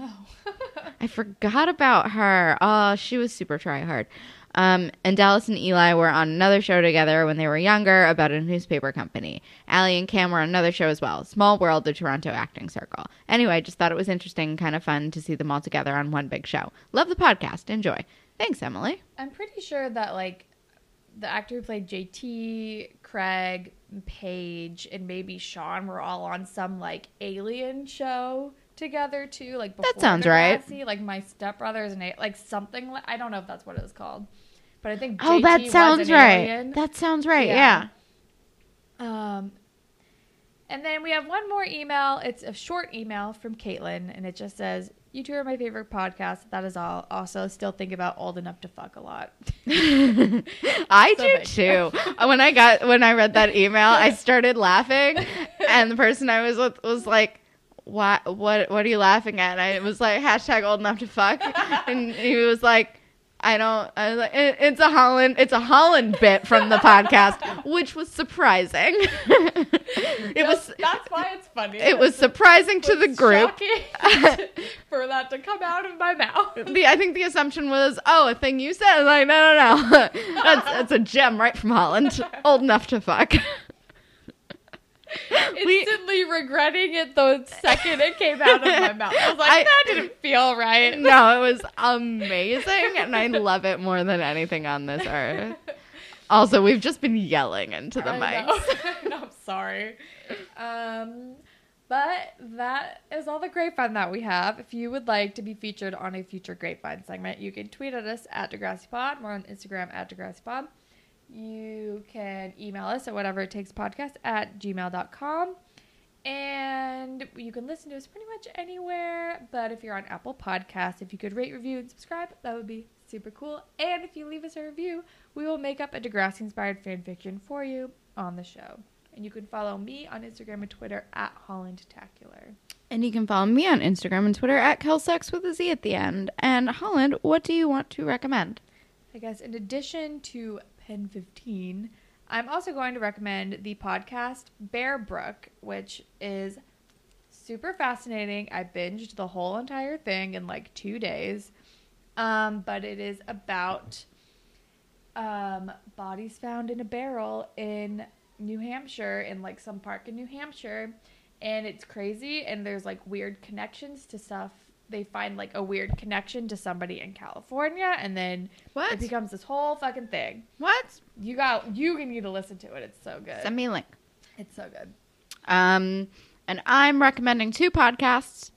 Speaker 2: I forgot about her. Oh, she was super try hard. Um, and Dallas and Eli were on another show together when they were younger about a newspaper company. Allie and Cam were on another show as well, Small World, the Toronto Acting Circle. Anyway, I just thought it was interesting, and kind of fun to see them all together on one big show. Love the podcast. Enjoy. Thanks, Emily.
Speaker 3: I'm pretty sure that like the actor who played JT, Craig, Paige, and maybe Sean were all on some like alien show together too. Like before
Speaker 2: sounds right.
Speaker 3: Degrassi, Like my stepbrother is an a- like something. Li- I don't know if that's what it was called, but I think
Speaker 2: Oh,
Speaker 3: JT
Speaker 2: that
Speaker 3: was
Speaker 2: sounds
Speaker 3: an
Speaker 2: right.
Speaker 3: alien.
Speaker 2: That sounds right.
Speaker 3: Yeah.
Speaker 2: Yeah.
Speaker 3: Um, and then we have one more email. It's a short email from Caitlin, and it just says, "You two are my favorite podcast. That is all. Also, still think about old enough to fuck a lot."
Speaker 2: I
Speaker 3: So
Speaker 2: do
Speaker 3: big.
Speaker 2: too. when I got when I read that email, I started laughing, and the person I was with was like, "What? What? What are you laughing at?" And I was like, "Hashtag old enough to fuck," and he was like. I don't. I was like, "It- it's a Holland. It's a Holland bit from the podcast, which was surprising. it was.
Speaker 3: That's why it's funny.
Speaker 2: It was surprising to the group.
Speaker 3: Shocking for that to come out of my mouth.
Speaker 2: the I think the assumption was, oh, a thing you said. I'm like, no, no, no, that's that's a gem right from Holland, old enough to fuck. We-
Speaker 3: Instantly regretting it the second it came out of my mouth. I was like,
Speaker 2: I-
Speaker 3: that didn't feel right.
Speaker 2: no, it was amazing, and I love it more than anything on this earth. Also, we've just been yelling into the
Speaker 3: I
Speaker 2: mic.
Speaker 3: know. I'm sorry. Um, but that is all the grapevine that we have. If you would like to be featured on a future grapevine segment, you can tweet at us at DegrassiPod. We're on Instagram at DegrassiPod. You can email us at whatever it takes podcast at gmail.com. And you can listen to us pretty much anywhere. But if you're on Apple Podcasts, if you could rate, review, and subscribe, that would be super cool. And if you leave us a review, we will make up a Degrassi inspired fan fiction for you on the show. And you can follow me on Instagram and Twitter at HollandTacular.
Speaker 2: And you can follow me on Instagram and Twitter at Kelsex with a Z at the end. And Holland, what do you want to recommend?
Speaker 3: I guess in addition to Pen 15, I'm also going to recommend the podcast Bear Brook, which is super fascinating. I binged the whole entire thing in like two days. Um, but it is about um, bodies found in a barrel in New Hampshire, in like some park in New Hampshire. And it's crazy, and there's like weird connections to stuff. They find like a weird connection to somebody in California, and then it
Speaker 2: What?
Speaker 3: becomes this whole fucking thing.
Speaker 2: What?
Speaker 3: You got you need to listen to it. It's so good.
Speaker 2: Send me a link.
Speaker 3: it's so good.
Speaker 2: Um, and I'm recommending two podcasts.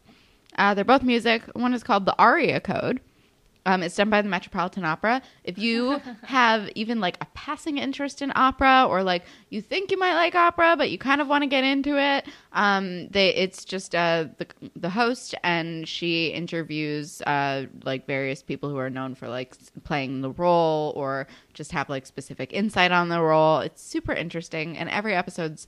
Speaker 2: Uh, they're both music. One is called The Aria Code. Um, it's done by the Metropolitan Opera. If you have even like a passing interest in opera, or like you think you might like opera, but you kind of want to get into it, um, they it's just uh, the the host and she interviews uh, like various people who are known for like s- playing the role or just have like specific insight on the role. It's super interesting, and every episode's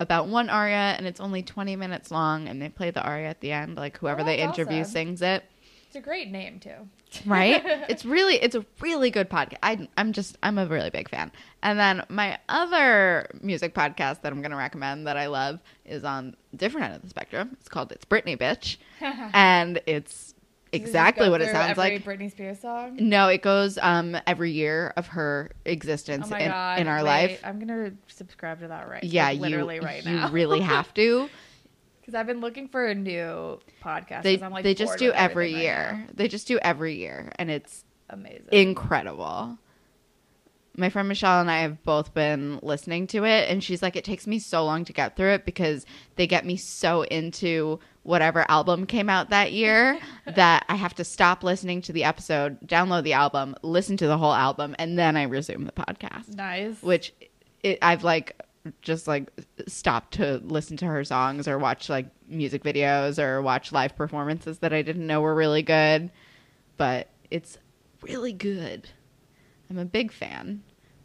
Speaker 2: about one aria, and it's only twenty minutes long, and they play the aria at the end. Like whoever they
Speaker 3: Oh, that's
Speaker 2: interview
Speaker 3: awesome.
Speaker 2: sings it
Speaker 3: It's a great name too.
Speaker 2: right it's really it's a really good podcast I, i'm just i'm a really big fan and then my other music podcast that i'm going to recommend that i love is on different end of the spectrum it's called it's britney bitch and it's exactly what it sounds like
Speaker 3: Britney Spears song.
Speaker 2: no it goes um every year of her existence
Speaker 3: Oh my
Speaker 2: in,
Speaker 3: god!
Speaker 2: in our
Speaker 3: wait,
Speaker 2: life
Speaker 3: I'm gonna subscribe to that right.
Speaker 2: yeah
Speaker 3: like, literally
Speaker 2: you,
Speaker 3: right
Speaker 2: you
Speaker 3: now.
Speaker 2: really have to
Speaker 3: because I've been looking for a new podcast.
Speaker 2: they,
Speaker 3: 'cause I'm, like,
Speaker 2: they just
Speaker 3: bored
Speaker 2: do
Speaker 3: with
Speaker 2: every
Speaker 3: everything right
Speaker 2: year they just do every year and it's
Speaker 3: now. Amazing.
Speaker 2: incredible. My friend Michelle and I have both been listening to it, and she's like, it takes me so long to get through it because they get me so into whatever album came out that year that I have to stop listening to the episode, download the album, listen to the whole album, and then I resume the podcast.
Speaker 3: nice.
Speaker 2: Which it, I've like just like stopped to listen to her songs or watch like music videos or watch live performances that I didn't know were really good but it's really good. I'm a big fan.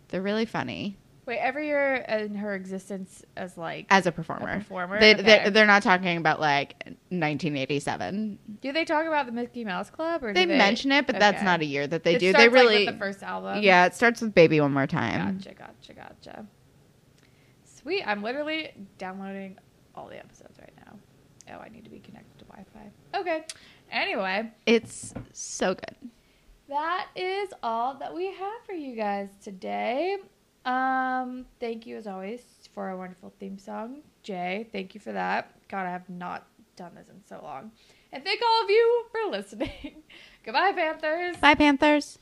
Speaker 2: They're really funny.
Speaker 3: Wait, every year in her existence as like
Speaker 2: as a
Speaker 3: a
Speaker 2: performer.
Speaker 3: performer.
Speaker 2: They,
Speaker 3: okay.
Speaker 2: they're, they're not talking about like 1987.
Speaker 3: do they talk about the Mickey Mouse Club or
Speaker 2: They,
Speaker 3: do
Speaker 2: mention it, but that's
Speaker 3: okay.
Speaker 2: not a year that they
Speaker 3: It
Speaker 2: do. They
Speaker 3: starts, like, with
Speaker 2: really,
Speaker 3: the first album.
Speaker 2: yeah. It starts with "Baby One More Time."
Speaker 3: Gotcha, gotcha, gotcha. Sweet. I'm literally downloading all the episodes right now. Oh, I need to be connected to Wi Fi. Okay. Anyway,
Speaker 2: It's so good.
Speaker 3: that is all that we have for you guys today. Um, thank you as always for a wonderful theme song. Jay, thank you for that. God, I have not done this in so long. And thank all of you for listening. Goodbye, Panthers.
Speaker 2: Bye, Panthers.